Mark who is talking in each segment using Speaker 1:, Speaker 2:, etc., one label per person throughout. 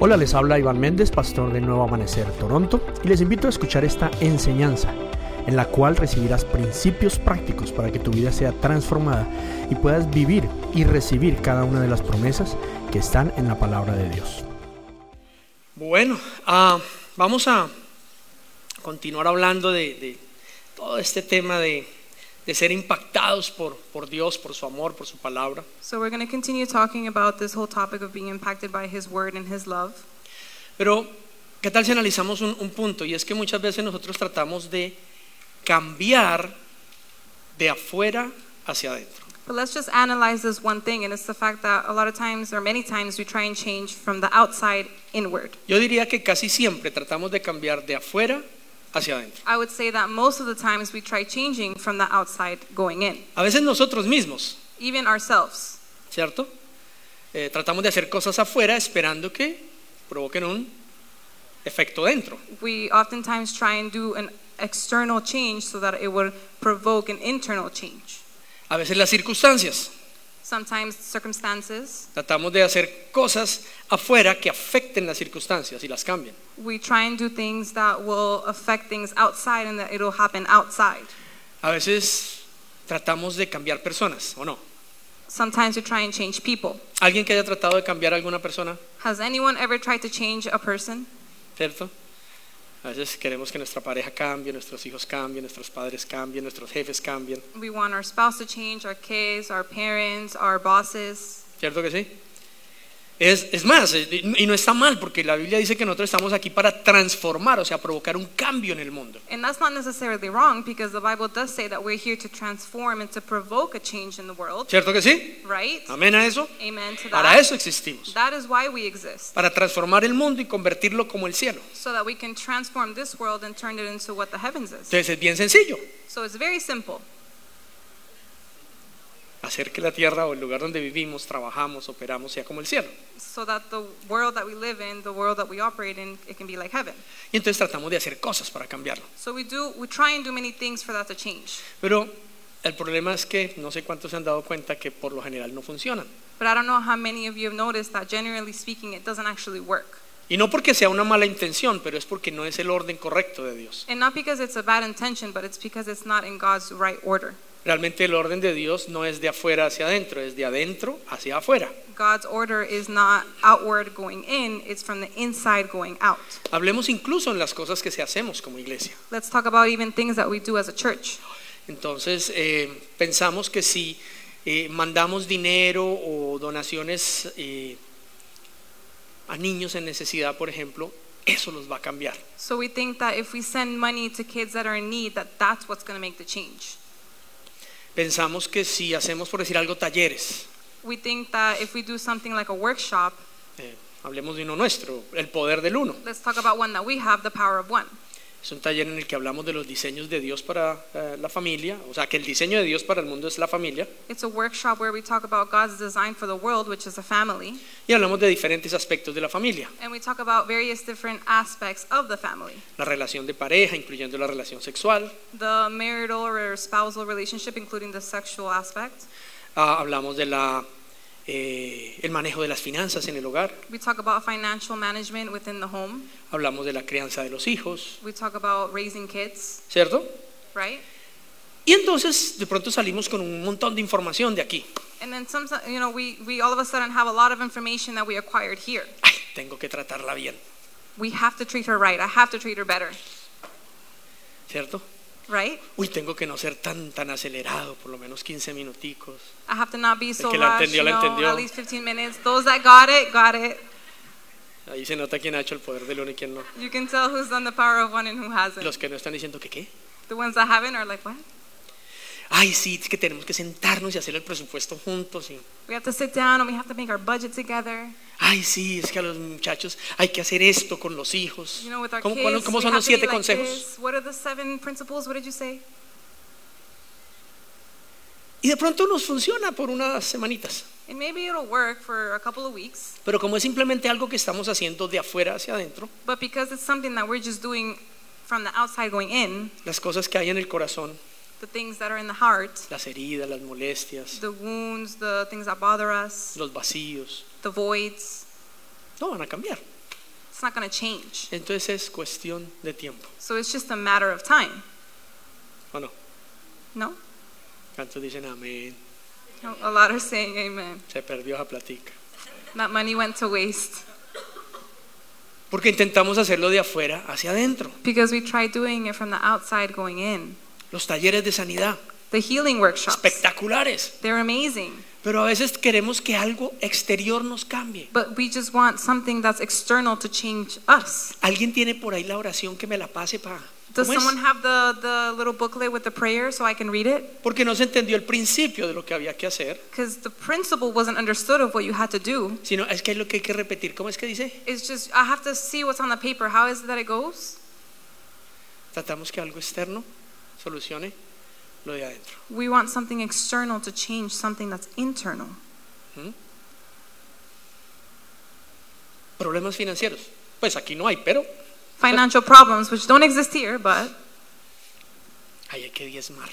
Speaker 1: Hola, les habla Iván Méndez, pastor de Nuevo Amanecer Toronto, y les invito a escuchar esta enseñanza en la cual recibirás principios prácticos para que tu vida sea transformada y puedas vivir y recibir cada una de las promesas que están en la palabra de Dios.
Speaker 2: Bueno, ah, vamos a continuar hablando de, de todo este tema de, de ser impactados por, por Dios, por su amor, por su palabra.
Speaker 3: So we're going to continue talking about this whole topic of being impacted by His Word and His love.
Speaker 2: Pero, ¿qué tal si analizamos un, un punto? Y es que muchas veces nosotros tratamos de cambiar de afuera hacia adentro.
Speaker 3: But let's just analyze this one thing, and it's the fact that a lot of times, or many times, we try and change from the outside inward.
Speaker 2: Yo diría que casi siempre tratamos de cambiar de afuera hacia adentro.
Speaker 3: I would say that most of the times we try changing from the outside going in,
Speaker 2: A veces nosotros mismos,
Speaker 3: even ourselves.
Speaker 2: ¿cierto? Eh, tratamos de hacer cosas afuera esperando que provoquen un efecto dentro.
Speaker 3: We oftentimes try and do an external change so that it would provoke an internal change.
Speaker 2: A veces las circunstancias.
Speaker 3: Sometimes circumstances,
Speaker 2: Tratamos de hacer cosas afuera que afecten las circunstancias y las cambien.
Speaker 3: we try and do things that will affect things outside and that it'll happen outside.
Speaker 2: A veces tratamos de cambiar personas, ¿o no?
Speaker 3: Sometimes we try and change people.
Speaker 2: Alguien que haya tratado de cambiar a alguna persona,
Speaker 3: Has anyone ever tried to change a person?
Speaker 2: ¿cierto? A veces queremos que nuestra pareja cambie, nuestros hijos cambien, nuestros padres cambien, nuestros jefes cambien,
Speaker 3: We want our spouse to change, our kids, our parents, our bosses.
Speaker 2: ¿cierto que sí? Es, es más, eh, y no está mal, porque la Biblia dice que nosotros estamos aquí para transformar, o sea, provocar un cambio en el mundo.
Speaker 3: And that's not necessarily wrong because the Bible does say that we're here to transform and to provoke a change in the world,
Speaker 2: ¿Cierto que sí?
Speaker 3: right?
Speaker 2: Amén a eso.
Speaker 3: Amen to
Speaker 2: Para
Speaker 3: that.
Speaker 2: eso existimos,
Speaker 3: That is why we exist,
Speaker 2: para transformar el mundo y convertirlo como el cielo.
Speaker 3: so that we can transform this world and turn it into what the heavens is.
Speaker 2: Entonces es bien sencillo,
Speaker 3: So it's very simple.
Speaker 2: hacer que la tierra o el lugar donde vivimos, trabajamos, operamos sea como el cielo.
Speaker 3: So that the world that we live in, the world that we operate in, it can be like heaven.
Speaker 2: Y entonces tratamos de hacer cosas para cambiarlo.
Speaker 3: So we do, we try and do many things for that to change.
Speaker 2: Pero el problema es que no sé cuántos se han dado cuenta que por lo general no funcionan.
Speaker 3: But I don't know how many of you have noticed that generally speaking, it doesn't actually work.
Speaker 2: Y no porque sea una mala intención, pero es porque no es el orden correcto de Dios.
Speaker 3: And not because it's a bad intention, but it's because it's not in God's right order.
Speaker 2: Realmente el orden de Dios no es de afuera hacia adentro, es de adentro hacia afuera.
Speaker 3: God's order is not outward going in, it's from the inside going out.
Speaker 2: Hablemos incluso en las cosas que se hacemos como iglesia.
Speaker 3: Let's talk about even things that we do as a church.
Speaker 2: Entonces eh, pensamos que si eh, mandamos dinero o donaciones eh, a niños en necesidad, por ejemplo, eso los va a cambiar.
Speaker 3: So we think that if we send money to kids that are in need, that that's what's going to make the change.
Speaker 2: Pensamos que si hacemos, por decir algo, talleres,
Speaker 3: We think that if we do something like a workshop,
Speaker 2: eh, hablemos de uno nuestro, el poder del uno.
Speaker 3: let's talk about one that we have, the power of one.
Speaker 2: Es un taller en el que hablamos de los diseños de Dios para eh, la familia, o sea, que el diseño de Dios para el mundo es la familia,
Speaker 3: It's a workshop where we talk about God's design for the world, which is a family,
Speaker 2: y hablamos de diferentes aspectos de la familia,
Speaker 3: and we talk about various different aspects of the family.
Speaker 2: la relación de pareja, incluyendo la relación sexual,
Speaker 3: the marital or spousal relationship, including the sexual aspect.
Speaker 2: ah, hablamos de la eh, el manejo de las finanzas en el hogar,
Speaker 3: We talk about financial management within the home.
Speaker 2: hablamos de la crianza de los hijos,
Speaker 3: We talk about raising kids,
Speaker 2: ¿cierto?
Speaker 3: right?
Speaker 2: Y entonces de pronto salimos con un montón de información de aquí.
Speaker 3: And then sometimes, you know, we, we all of a sudden have a lot of information that we acquired here.
Speaker 2: Ay, tengo que tratarla bien,
Speaker 3: We have to treat her right. I have to treat her better,
Speaker 2: ¿cierto?
Speaker 3: right?
Speaker 2: Uy, tengo que no ser tan tan acelerado, por lo menos 15 minuticos.
Speaker 3: I have to not be so
Speaker 2: que la
Speaker 3: rushed, you
Speaker 2: entendió, la
Speaker 3: know,
Speaker 2: entendió.
Speaker 3: at least 15 minutes. Those that got it, got it.
Speaker 2: Ahí se nota quién ha hecho el poder del uno y quién no.
Speaker 3: You can tell who's done the power of one and who hasn't.
Speaker 2: Los que no están diciendo que qué.
Speaker 3: The ones that haven't are like, what?
Speaker 2: Ay, sí, es que tenemos que sentarnos y hacer el presupuesto juntos. y-
Speaker 3: We have to sit down and we have to make our budget together.
Speaker 2: ay, sí, es que a los muchachos hay que hacer esto con los hijos.
Speaker 3: You know, with our
Speaker 2: ¿Cómo,
Speaker 3: kids,
Speaker 2: cuál- cómo
Speaker 3: we
Speaker 2: son
Speaker 3: have
Speaker 2: los
Speaker 3: to be
Speaker 2: siete
Speaker 3: like
Speaker 2: consejos?
Speaker 3: this. What are the seven principles? What did you say?
Speaker 2: Y de pronto nos funciona por unas semanitas.
Speaker 3: And maybe it'll work for a couple of weeks,
Speaker 2: Pero como es simplemente algo que estamos haciendo de afuera hacia adentro,
Speaker 3: but because it's something that we're just doing from the outside going in,
Speaker 2: las cosas que hay en el corazón,
Speaker 3: the things that are in the heart,
Speaker 2: las heridas, las molestias,
Speaker 3: the wounds, the things that bother us,
Speaker 2: los vacíos,
Speaker 3: the voids,
Speaker 2: no van a cambiar.
Speaker 3: It's not going to change.
Speaker 2: Entonces es cuestión de tiempo.
Speaker 3: So it's just a matter of time.
Speaker 2: ¿O no?
Speaker 3: No?
Speaker 2: ¿Cuántos dicen amén?
Speaker 3: No, A lot are saying amen.
Speaker 2: Se perdió esa platica.
Speaker 3: That money went to waste
Speaker 2: Porque intentamos hacerlo de afuera hacia adentro.
Speaker 3: because we tried doing it from the outside going in.
Speaker 2: Los talleres de sanidad,
Speaker 3: The healing workshops,
Speaker 2: espectaculares.
Speaker 3: they're amazing,
Speaker 2: Pero a veces queremos que algo exterior nos cambie.
Speaker 3: but we just want something that's external to change us.
Speaker 2: ¿Alguien tiene por ahí la oración que me la pase para.?
Speaker 3: Does someone have the, the little booklet with the prayer so I can read it?
Speaker 2: Porque no se entendió el principio de lo que había que hacer,
Speaker 3: Because the principle wasn't understood of what you had to do.
Speaker 2: sino es que es lo que hay que repetir. ¿Cómo es que dice?
Speaker 3: It's just, I have to see what's on the paper. How is it that it goes?
Speaker 2: Tratamos que algo externo solucione lo de adentro.
Speaker 3: We want something external to change something that's internal.
Speaker 2: Problemas financieros. Pues aquí no hay, pero
Speaker 3: Financial problems, which don't exist here, but
Speaker 2: ahí hay que diezmar.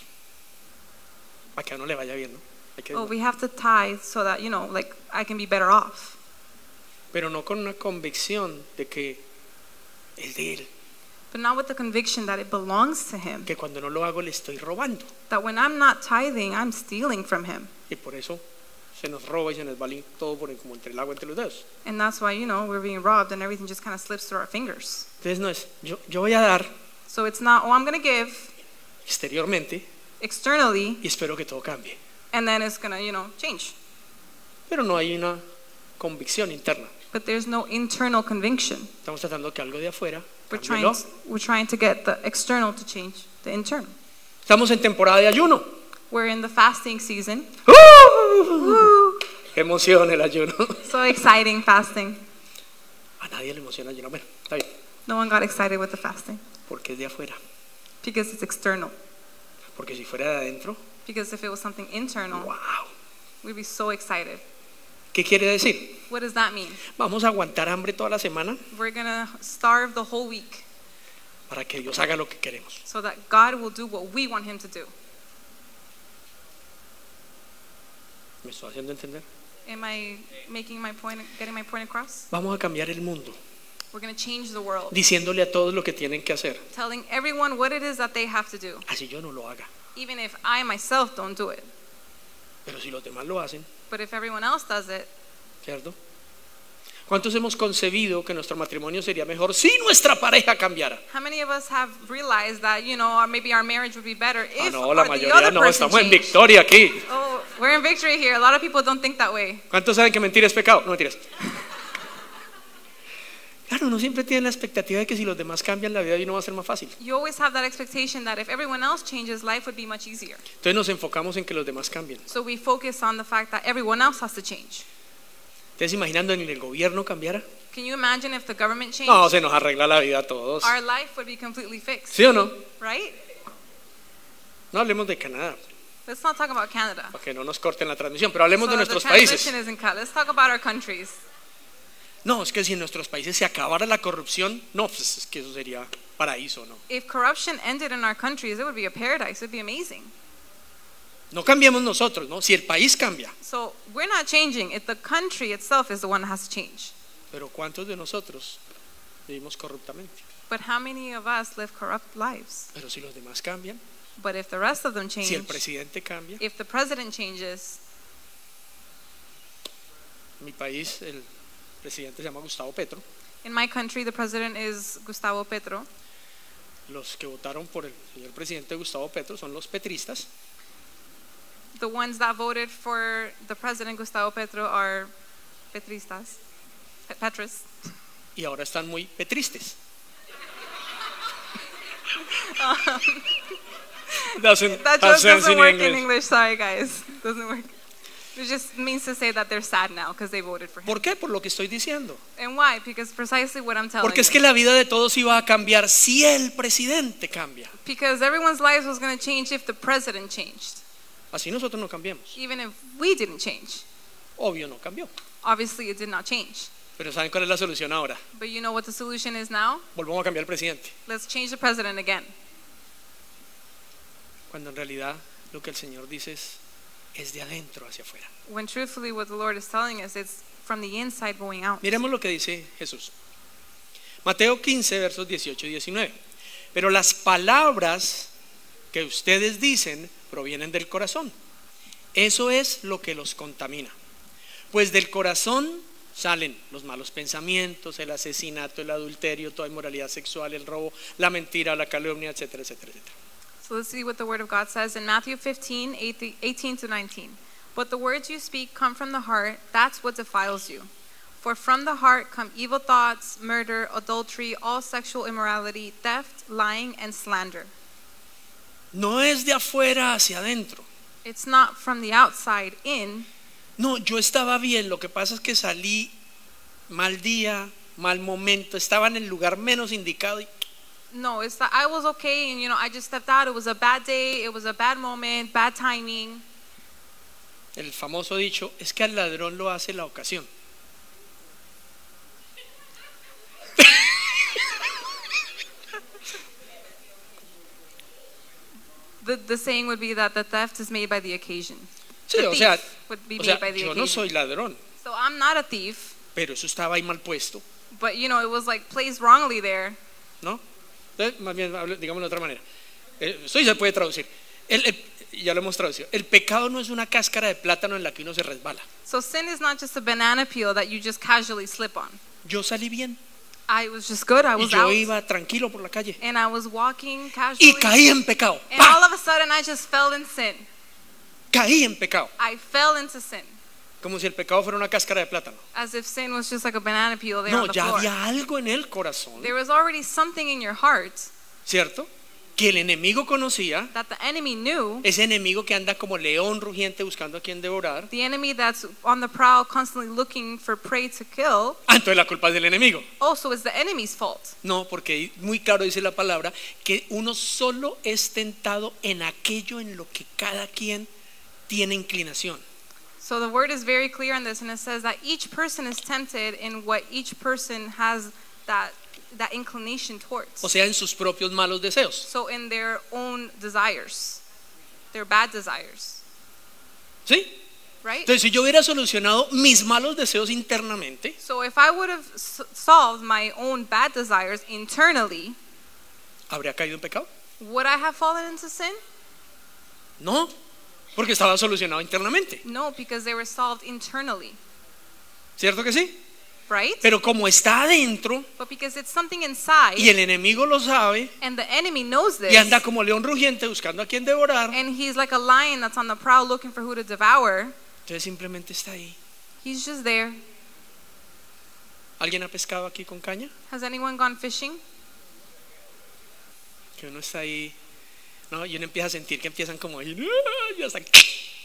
Speaker 2: Para que a uno le vaya bien, ¿no? Hay que
Speaker 3: oh,
Speaker 2: diezmar.
Speaker 3: we have to tithe so that, you know, like I can be better off.
Speaker 2: Pero no con una convicción de que es de él,
Speaker 3: But not with the conviction that it belongs to him.
Speaker 2: que cuando no lo hago le estoy robando.
Speaker 3: That when I'm not tithing, I'm stealing from him.
Speaker 2: Y por eso se nos roba y se nos va todo por en- como entre el agua entre los dedos.
Speaker 3: And that's why, you know, we're being robbed and everything just kind of slips through our fingers.
Speaker 2: Entonces no es, yo, yo voy a dar
Speaker 3: So it's not, oh, I'm going to give
Speaker 2: exteriormente
Speaker 3: externally
Speaker 2: y espero que todo cambie.
Speaker 3: and then it's going to, you know, change.
Speaker 2: Pero no hay una convicción interna.
Speaker 3: But there's no internal conviction.
Speaker 2: Estamos tratando que algo de afuera
Speaker 3: We're
Speaker 2: cambie
Speaker 3: trying,
Speaker 2: lo-
Speaker 3: we're trying to get the external to change the internal.
Speaker 2: Estamos en temporada de ayuno.
Speaker 3: We're in the fasting season.
Speaker 2: ¡Uh!
Speaker 3: Woo!
Speaker 2: ¡Qué emoción el ayuno!
Speaker 3: So exciting fasting.
Speaker 2: A nadie le emociona el ayuno. Bueno, está bien,
Speaker 3: No one got excited with the fasting
Speaker 2: porque es de afuera.
Speaker 3: because it's external.
Speaker 2: Porque si fuera de adentro,
Speaker 3: Because if it was something internal,
Speaker 2: ¡wow!
Speaker 3: we'd be so excited.
Speaker 2: ¿Qué quiere decir?
Speaker 3: What does that mean?
Speaker 2: Vamos a aguantar hambre toda la semana
Speaker 3: We're going to starve the whole week
Speaker 2: para que Dios haga lo que queremos.
Speaker 3: so that God will do what we want Him to do.
Speaker 2: ¿Me estoy haciendo entender?
Speaker 3: Am I making my point, getting my point across?
Speaker 2: Vamos a cambiar el mundo,
Speaker 3: We're going to change the world,
Speaker 2: diciéndole a todos lo que tienen que hacer.
Speaker 3: telling everyone what it is that they have to do,
Speaker 2: Así yo no lo haga.
Speaker 3: even if I myself don't do it.
Speaker 2: Pero si los demás lo hacen,
Speaker 3: But if everyone else does it,
Speaker 2: ¿cierto? ¿Cuántos hemos concebido que nuestro matrimonio sería mejor si nuestra pareja cambiara?
Speaker 3: how many of us have realized that, you know, or maybe our marriage would be better if
Speaker 2: Ah, no,
Speaker 3: or
Speaker 2: la
Speaker 3: the other
Speaker 2: mayoría no,
Speaker 3: person
Speaker 2: estamos en
Speaker 3: changed?
Speaker 2: victoria aquí.
Speaker 3: Oh, we're in victory here. A lot of people don't think that way.
Speaker 2: ¿Cuántos saben que mentir es pecado? No mentiras. Claro, uno siempre tiene la expectativa de que si los demás cambian, la vida de uno va a ser más fácil.
Speaker 3: You always have that expectation that if everyone else changes, life would be much easier.
Speaker 2: Entonces nos enfocamos en que los demás cambien.
Speaker 3: So we focus on the fact that everyone else has to change.
Speaker 2: ¿Ustedes imaginando en el gobierno cambiara?
Speaker 3: Can you imagine if the government changed?
Speaker 2: No, se nos arregla la vida a todos.
Speaker 3: Our life would be completely fixed,
Speaker 2: ¿Sí o no?
Speaker 3: right?
Speaker 2: No hablemos de Canadá,
Speaker 3: Let's not talk about Canada.
Speaker 2: para que no nos corten la transmisión, pero hablemos de
Speaker 3: So the
Speaker 2: nuestros
Speaker 3: transition
Speaker 2: países.
Speaker 3: isn't cut. Let's talk about our countries.
Speaker 2: No, es que si en nuestros países se acabara la corrupción, no, pues es que eso sería paraíso, ¿no?
Speaker 3: If corruption ended in our countries, it would be a paradise. It would be amazing.
Speaker 2: No cambiemos nosotros, ¿no? Si el país cambia.
Speaker 3: So we're not changing. It, the country itself is the one that has to change.
Speaker 2: Pero ¿cuántos de nosotros vivimos corruptamente?
Speaker 3: But how many of us live corrupt lives?
Speaker 2: Pero si los demás cambian,
Speaker 3: But if the rest of them
Speaker 2: si el
Speaker 3: change,
Speaker 2: presidente cambia,
Speaker 3: if the president changes,
Speaker 2: en mi país el presidente se llama Gustavo Petro,
Speaker 3: in my country the president is Gustavo Petro.
Speaker 2: los que votaron por el señor presidente Gustavo Petro son los petristas,
Speaker 3: The ones that voted for the president Gustavo Petro are Petristas. Pe- Petris.
Speaker 2: y ahora están muy petristes. Doesn't-
Speaker 3: That
Speaker 2: have
Speaker 3: joke
Speaker 2: sense
Speaker 3: doesn't
Speaker 2: in
Speaker 3: work in
Speaker 2: English.
Speaker 3: English. Sorry, guys. Doesn't work. It just means to say that they're sad now because they voted for him.
Speaker 2: ¿Por qué? Por lo que estoy diciendo.
Speaker 3: And why? Because precisely what I'm telling
Speaker 2: Porque es
Speaker 3: you.
Speaker 2: que la vida de todos iba a cambiar si el presidente cambia.
Speaker 3: Because everyone's lives was going to change if the president changed,
Speaker 2: Así nosotros no cambiamos.
Speaker 3: even if we didn't change.
Speaker 2: Obvio no cambió.
Speaker 3: Obviously, it did not change.
Speaker 2: Pero ¿saben cuál es la solución ahora?
Speaker 3: But you know what the solution is now?
Speaker 2: Volvamos a cambiar al presidente.
Speaker 3: Let's change the president again.
Speaker 2: Cuando en realidad lo que el Señor dice es, es de adentro hacia afuera.
Speaker 3: When truthfully, what the Lord is telling us, it's from the inside going out.
Speaker 2: Miremos lo que dice Jesús. Mateo 15, versos 18 y 19. Pero las palabras que ustedes dicen provienen del corazón. Eso es lo que los contamina. Pues del corazón salen los malos pensamientos, el asesinato, el adulterio, toda inmoralidad sexual, el robo, la mentira, la calumnia, etcétera, etcétera, etcétera.
Speaker 3: So let's see what the Word of God says in Matthew 15, 18 18 to 19. But the words you speak come from the heart, that's what defiles you. For from the heart come evil thoughts, murder, adultery, all sexual immorality, theft, lying, and slander.
Speaker 2: No es de afuera hacia adentro.
Speaker 3: It's not from the outside in.
Speaker 2: No, yo estaba bien, lo que pasa es que salí mal día, mal momento, estaba en el lugar menos indicado y
Speaker 3: No, it's that I was okay and, you know, I just stepped out. It was a bad day, it was a bad moment, bad timing.
Speaker 2: el famoso dicho es que al ladrón lo hace la ocasión.
Speaker 3: The, the saying would be that the theft is made by the occasion.
Speaker 2: Sí,
Speaker 3: The
Speaker 2: o sea,
Speaker 3: thief would be
Speaker 2: o sea,
Speaker 3: made by the
Speaker 2: yo
Speaker 3: occasion.
Speaker 2: no soy ladrón,
Speaker 3: So I'm not a thief,
Speaker 2: pero eso estaba ahí mal puesto,
Speaker 3: but you know, it was like placed wrongly there.
Speaker 2: ¿no? Entonces, más bien, hable- digámoslo de otra manera. Eh, Eso ya se puede traducir. El- el- ya lo hemos traducido. El pecado no es una cáscara de plátano en la que uno se resbala.
Speaker 3: So sin is not just a banana peel that you just casually slip on.
Speaker 2: Yo salí bien
Speaker 3: I was just good, I
Speaker 2: y
Speaker 3: was
Speaker 2: yo
Speaker 3: out,
Speaker 2: iba tranquilo por la calle
Speaker 3: and I was walking casually.
Speaker 2: y caí en pecado.
Speaker 3: and
Speaker 2: ¡Pa!
Speaker 3: all of a sudden, I just fell in sin.
Speaker 2: Caí en pecado,
Speaker 3: I fell into sin,
Speaker 2: como si el pecado fuera una cáscara de plátano.
Speaker 3: as if sin was just like a banana peel there on
Speaker 2: No,
Speaker 3: the
Speaker 2: ya
Speaker 3: floor.
Speaker 2: había algo en el corazón,
Speaker 3: There was already something in your heart
Speaker 2: ¿cierto? Que el enemigo conocía,
Speaker 3: that the enemy knew,
Speaker 2: ese enemigo que anda como león rugiente buscando a quien devorar.
Speaker 3: the enemy that's on the prowl, constantly looking for prey to kill.
Speaker 2: Ah, entonces la culpa es del enemigo.
Speaker 3: Also, it's the enemy's fault.
Speaker 2: No, porque muy claro dice la palabra que uno solo es tentado en aquello en lo que cada quien tiene inclinación.
Speaker 3: So the word is very clear on this, and it says that each person is tempted in what each person has that that inclination towards.
Speaker 2: O sea, en sus propios malos deseos.
Speaker 3: So in their own desires, their bad desires,
Speaker 2: ¿Sí?
Speaker 3: right?
Speaker 2: Entonces, si yo hubiera solucionado mis malos deseos internamente,
Speaker 3: So if I would have s- solved my own bad desires internally,
Speaker 2: ¿habría caído en pecado?
Speaker 3: would I have fallen into sin?
Speaker 2: No, porque estaba solucionado internamente.
Speaker 3: No, because they were solved internally,
Speaker 2: ¿Cierto que sí?
Speaker 3: right?
Speaker 2: Pero como está adentro
Speaker 3: But because it's something inside,
Speaker 2: y el enemigo lo sabe
Speaker 3: and the enemy knows this,
Speaker 2: y anda como león rugiente buscando a quien devorar,
Speaker 3: and he's like a lion that's on the prowl looking for who to devour.
Speaker 2: entonces simplemente está ahí.
Speaker 3: He's just there.
Speaker 2: ¿Alguien ha pescado aquí con caña?
Speaker 3: Has anyone gone fishing?
Speaker 2: que uno está ahí, ¿no? Y uno empieza a sentir que empiezan como, ahí, "Ah", y hasta que-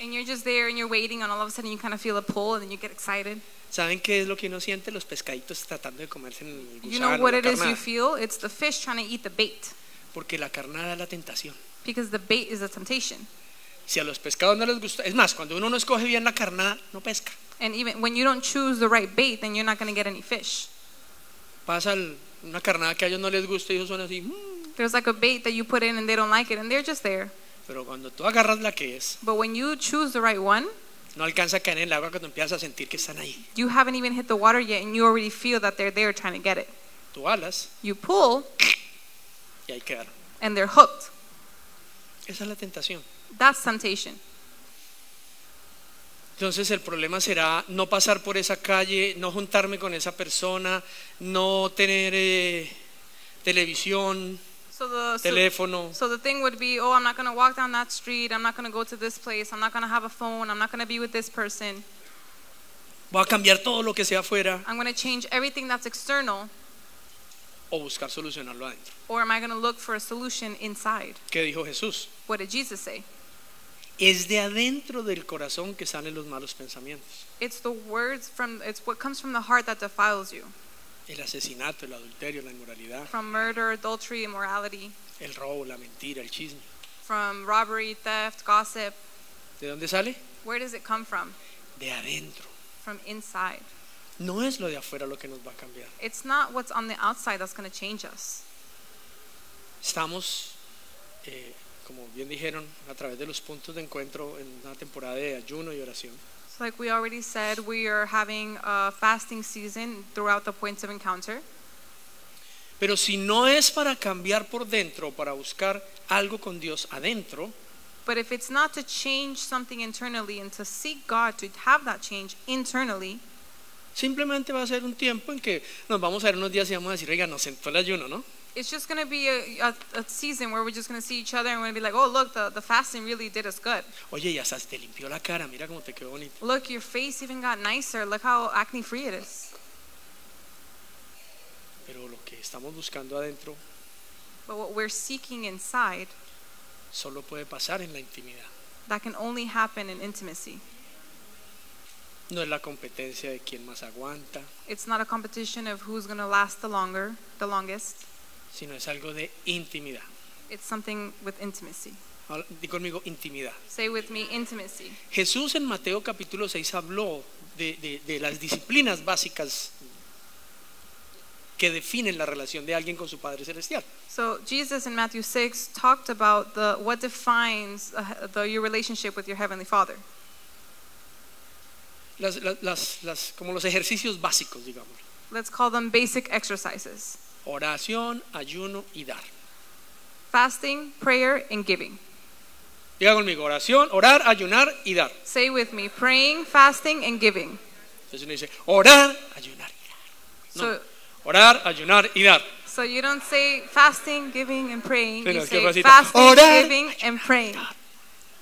Speaker 3: And you're just there and you're waiting, and all of a sudden you kind of feel a pull, and then you get excited.
Speaker 2: ¿Saben qué es lo que uno siente? Los pescaditos tratando de comerse en el
Speaker 3: you know
Speaker 2: gusano,
Speaker 3: what
Speaker 2: la
Speaker 3: it is
Speaker 2: carnada.
Speaker 3: you feel? It's the fish trying to eat the bait,
Speaker 2: porque la carnada es la tentación.
Speaker 3: because the bait is a temptation.
Speaker 2: Si a los pescados no les gusta, es más, cuando uno no escoge bien la carnada, no pesca.
Speaker 3: And even when you don't choose the right bait, then you're not going to get any fish.
Speaker 2: Pasa el- una carnada que a ellos no les gusta y ellos son así, "Mm".
Speaker 3: There's like a bait that you put in and they don't like it, and they're just there.
Speaker 2: pero cuando tú agarras la que es,
Speaker 3: But when you choose the right one,
Speaker 2: no alcanza a caer en el agua cuando empiezas a sentir que están ahí.
Speaker 3: you haven't even hit the water yet, and you already feel that they're there trying to get it.
Speaker 2: Tú alas
Speaker 3: You pull,
Speaker 2: y ahí quedaron.
Speaker 3: and they're hooked.
Speaker 2: Esa es la tentación.
Speaker 3: That's temptation.
Speaker 2: Entonces el problema será no pasar por esa calle, no juntarme con esa persona, no tener eh, televisión,
Speaker 3: So the so-
Speaker 2: teléfono.
Speaker 3: So the thing would be, oh, I'm not going to walk down that street. I'm not going to go to this place. I'm not going to have a phone. I'm not going to be with this person.
Speaker 2: Voy a cambiar todo lo que sea afuera
Speaker 3: I'm going to change everything that's external,
Speaker 2: o buscar solucionarlo adentro.
Speaker 3: or am I going to look for a solution inside?
Speaker 2: ¿Qué dijo Jesús?
Speaker 3: What did Jesus say?
Speaker 2: Es de adentro del corazón que salen los malos pensamientos.
Speaker 3: It's the words from, it's what comes from the heart that defiles you
Speaker 2: El asesinato, el adulterio, la inmoralidad,
Speaker 3: from murder, adultery, immorality,
Speaker 2: el robo, la mentira, el chisme.
Speaker 3: from robbery, theft, gossip.
Speaker 2: ¿De dónde sale?
Speaker 3: Where does it come from?
Speaker 2: De adentro.
Speaker 3: From inside.
Speaker 2: No es lo de afuera lo que nos va a cambiar.
Speaker 3: It's not what's on the outside that's going to change us.
Speaker 2: Estamos, eh, como bien dijeron, a través de los puntos de encuentro en una temporada de ayuno y oración.
Speaker 3: So, like we already said, we are having a fasting season throughout the points of encounter.
Speaker 2: Pero si no es para cambiar por dentro, para buscar algo con Dios adentro,
Speaker 3: But if it's not to change something internally and to seek God to have that change internally,
Speaker 2: simplemente va a ser un tiempo en que nos vamos a ver unos días y vamos a decir, oiga, nos sentó el ayuno, ¿no?
Speaker 3: it's just going to be a, a, a season where we're just going to see each other and we're going to be like, oh, look, the, the fasting really did us good.
Speaker 2: Oye, ya sabes, te limpió la cara, mira cómo te quedó bonito.
Speaker 3: Look, your face even got nicer. Look how acne free it is.
Speaker 2: Pero lo que estamos buscando adentro
Speaker 3: But what we're seeking inside,
Speaker 2: solo puede pasar en la intimidad.
Speaker 3: that can only happen in intimacy.
Speaker 2: No es la competencia de quién más aguanta,
Speaker 3: It's not a competition of who's going to last the longer, the longest.
Speaker 2: sino es algo de intimidad.
Speaker 3: It's something with intimacy.
Speaker 2: Ahora, Di conmigo, intimidad.
Speaker 3: Say with me, intimacy.
Speaker 2: Jesús en Mateo capítulo 6 habló de, de- de las disciplinas básicas que definen la relación de alguien con su Padre Celestial.
Speaker 3: So Jesus in Matthew 6 talked about the what defines uh, the, your relationship with your heavenly Father.
Speaker 2: Las, las- las- las- como los ejercicios básicos, digamos.
Speaker 3: Let's call them basic exercises:
Speaker 2: Oración, ayuno y dar.
Speaker 3: fasting, prayer, and giving.
Speaker 2: Diga conmigo, oración, orar, ayunar y dar.
Speaker 3: Say with me: praying, fasting, and giving.
Speaker 2: Entonces uno dice, orar, ayunar y dar.
Speaker 3: So,
Speaker 2: Orar, ayunar y dar.
Speaker 3: so you don't say fasting, giving, and praying.
Speaker 2: Pero
Speaker 3: You
Speaker 2: es que
Speaker 3: say
Speaker 2: pasito,
Speaker 3: fasting,
Speaker 2: orar,
Speaker 3: giving, and praying.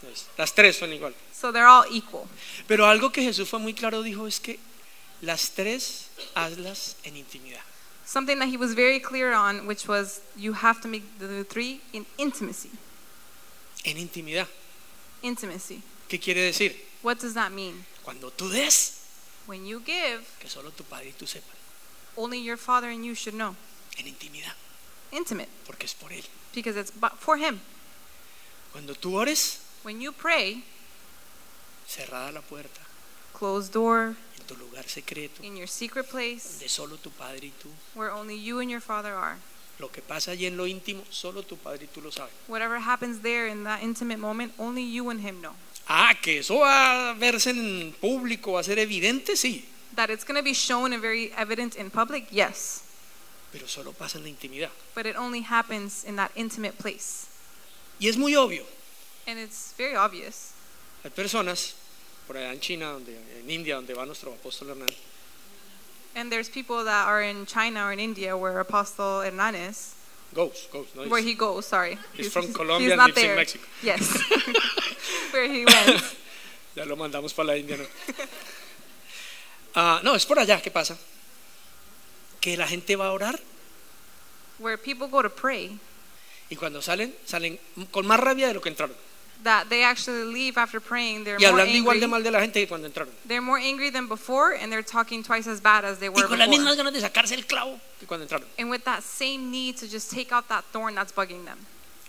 Speaker 2: Entonces, las tres son igual.
Speaker 3: So they're all equal.
Speaker 2: Pero algo que Jesús fue muy claro dijo es que las tres hazlas en intimidad.
Speaker 3: Something that he was very clear on, which was you have to make the three in intimacy.
Speaker 2: En intimidad.
Speaker 3: Intimacy.
Speaker 2: ¿Qué quiere decir?
Speaker 3: What does that mean?
Speaker 2: Cuando tú des,
Speaker 3: When you give,
Speaker 2: que solo tu padre y tú sepan.
Speaker 3: only your father and you should know.
Speaker 2: En intimidad,
Speaker 3: Intimate,
Speaker 2: porque es por él.
Speaker 3: because it's bu- for him.
Speaker 2: Cuando tú ores,
Speaker 3: When you pray,
Speaker 2: cerrada la puerta,
Speaker 3: closed door,
Speaker 2: en tu lugar secreto,
Speaker 3: in your secret place,
Speaker 2: donde solo tu padre y tú.
Speaker 3: where only you and your father are.
Speaker 2: Lo que pasa allí en lo íntimo, solo tu padre y tú lo sabes.
Speaker 3: Whatever happens there in that intimate moment, only you and him know.
Speaker 2: Ah, que eso va a verse en público, va a ser evidente, sí,
Speaker 3: That it's going to be shown and very evident in public, yes,
Speaker 2: pero solo pasa en la intimidad.
Speaker 3: but it only happens in that intimate place.
Speaker 2: Y es muy obvio.
Speaker 3: And it's very obvious.
Speaker 2: Hay personas, por allá en China, donde, en India, donde va nuestro apóstol Hernán,
Speaker 3: And there's people that are in China or in India where Apostle Hernanes,
Speaker 2: goes, goes, no
Speaker 3: where
Speaker 2: He's-
Speaker 3: he goes, sorry.
Speaker 2: He's from Colombia and
Speaker 3: not
Speaker 2: lives in
Speaker 3: there.
Speaker 2: Mexico.
Speaker 3: Yes. where he went.
Speaker 2: Ya lo mandamos para la India, ¿no? Ah, no, es por allá que pasa. Que la gente va a orar
Speaker 3: where people go to pray
Speaker 2: y cuando salen, salen con más rabia de lo que entraron.
Speaker 3: that they actually leave after praying they're
Speaker 2: Y
Speaker 3: more
Speaker 2: hablando igual
Speaker 3: angry
Speaker 2: de mal de la gente que cuando entraron.
Speaker 3: they're more angry than before and they're talking twice as bad as they
Speaker 2: Y
Speaker 3: were
Speaker 2: con las
Speaker 3: before
Speaker 2: mismas ganas de sacarse el clavo que cuando entraron.
Speaker 3: and with that same need to just take out that thorn that's bugging them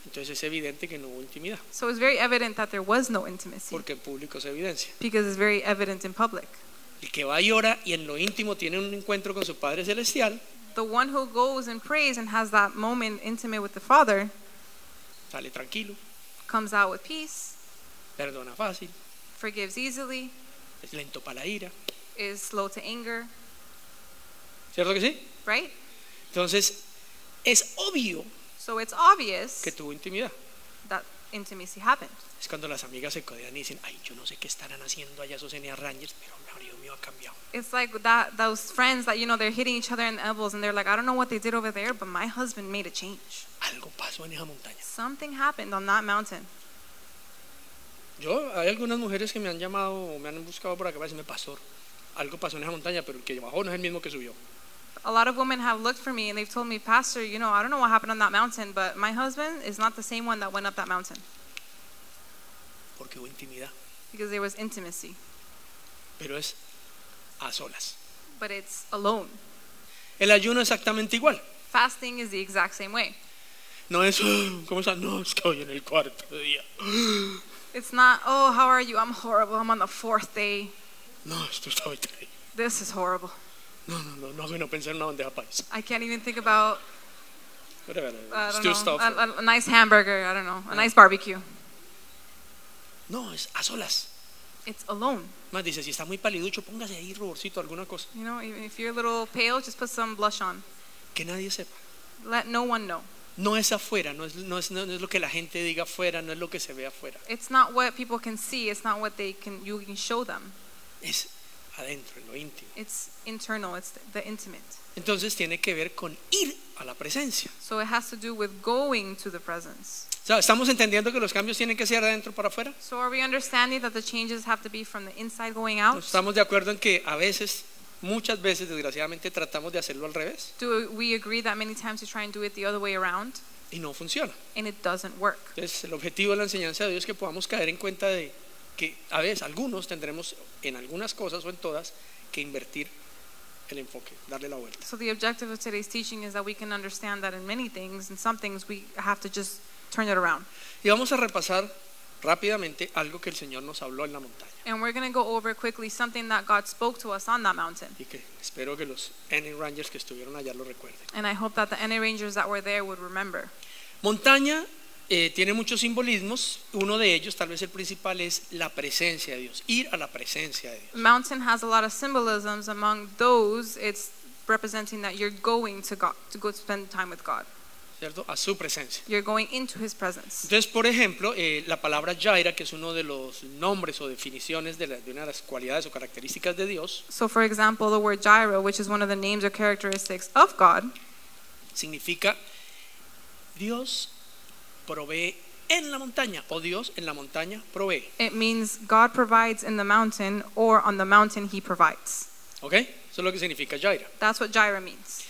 Speaker 2: Entonces es evidente que no hubo intimidad,
Speaker 3: so it's very evident that there was no intimacy
Speaker 2: porque en público se evidencia.
Speaker 3: because it's very evident in public
Speaker 2: El que va y ora y en lo íntimo tiene un encuentro con su Padre Celestial,
Speaker 3: the one who goes and prays and has that moment intimate with the father
Speaker 2: sale tranquilo,
Speaker 3: comes out with peace
Speaker 2: perdona fácil,
Speaker 3: forgives easily
Speaker 2: es lento para la ira.
Speaker 3: is slow to anger
Speaker 2: ¿Cierto que sí?
Speaker 3: right
Speaker 2: Entonces es obvio
Speaker 3: so it's obvious
Speaker 2: que tuvo intimidad.
Speaker 3: that intimacy happened
Speaker 2: Es cuando las amigas se codean y dicen, ay, yo no sé qué estarán haciendo allá esos NA Rangers, pero el marido mío ha cambiado.
Speaker 3: It's like that those friends that you know they're hitting each other in the elbows and they're like, I don't know what they did over there, but my husband made a change.
Speaker 2: Algo pasó en esa montaña.
Speaker 3: Something happened on that mountain.
Speaker 2: Yo, hay algunas mujeres que me han llamado o me han buscado por acá para decirme, pastor, algo pasó en esa montaña, pero el que bajó no es el mismo que subió.
Speaker 3: A lot of women have looked for me and they've told me, Pastor, you know, I don't know what happened on that mountain, but my husband is not the same one that went up that mountain
Speaker 2: Porque hubo intimidad,
Speaker 3: because there was intimacy,
Speaker 2: pero es a solas.
Speaker 3: but it's alone.
Speaker 2: El ayuno exactamente igual.
Speaker 3: Fasting is the exact same way.
Speaker 2: No es, "Ah, ¿cómo estás? No, estoy en el cuarto día. "Ah,
Speaker 3: It's not, oh, how are you? I'm horrible. I'm on the fourth day.
Speaker 2: No, esto está terrible.
Speaker 3: This is horrible.
Speaker 2: No, no, no, no, no pensé en una bandeja paisa.
Speaker 3: I can't even think about,
Speaker 2: Whatever,
Speaker 3: I don't
Speaker 2: stew
Speaker 3: know,
Speaker 2: stuff.
Speaker 3: a, a, a nice hamburger. I don't know, a nice barbecue.
Speaker 2: No, es a solas.
Speaker 3: It's alone.
Speaker 2: Más dice, si está muy paliducho, póngase ahí ruborcito, alguna cosa.
Speaker 3: You know, even if you're a little pale, just put some blush on.
Speaker 2: Que nadie sepa.
Speaker 3: let no one know.
Speaker 2: No es afuera, no es, no es- no es lo que la gente diga afuera, no es lo que se ve afuera.
Speaker 3: It's not what people can see, it's not what they can you can show them.
Speaker 2: Es adentro, en lo íntimo.
Speaker 3: It's internal, it's the, the intimate.
Speaker 2: Entonces tiene que ver con ir a la presencia.
Speaker 3: So it has to do with going to the presence.
Speaker 2: O sea, ¿Estamos entendiendo que los cambios tienen que ser adentro para afuera?
Speaker 3: So are we understanding that the changes have to be from the inside going out?
Speaker 2: ¿Estamos de acuerdo en que a veces, muchas veces, desgraciadamente, tratamos de hacerlo al revés
Speaker 3: Do we agree that many times we try and do it the other way around
Speaker 2: y no funciona?
Speaker 3: and it doesn't work?
Speaker 2: Entonces, el objetivo de la enseñanza de Dios es que podamos caer en cuenta de que a veces algunos tendremos en algunas cosas o en todas que invertir el enfoque, darle la vuelta.
Speaker 3: So the objective of today's teaching is that we can understand that in many things and some things we have to just turn it around.
Speaker 2: Y vamos a repasar rápidamente algo que el Señor nos habló en la montaña
Speaker 3: And we're going to go over quickly something that God spoke to us on that mountain.
Speaker 2: y que espero que los NA Rangers que estuvieron allá lo recuerden.
Speaker 3: And I hope that the NA Rangers that were there would remember.
Speaker 2: Montaña eh, tiene muchos simbolismos, uno de ellos, tal vez el principal, es la presencia de Dios, ir a la presencia de Dios.
Speaker 3: Mountain has a lot of symbolisms. Among those, it's representing that you're going to God, to go spend time with God.
Speaker 2: ¿cierto? A su presencia.
Speaker 3: You're going into His presence.
Speaker 2: Entonces, por ejemplo, eh, la palabra Jaira, que es uno de los nombres o definiciones de, la- de una de las cualidades o características de Dios,
Speaker 3: So, for example, the word gyro, which is one of the names or characteristics of God,
Speaker 2: significa Dios provee en la montaña o Dios en la montaña provee.
Speaker 3: it means God provides in the mountain, or on the mountain He provides.
Speaker 2: ¿Ok? Eso es lo que significa Jaira.
Speaker 3: That's what gyro means.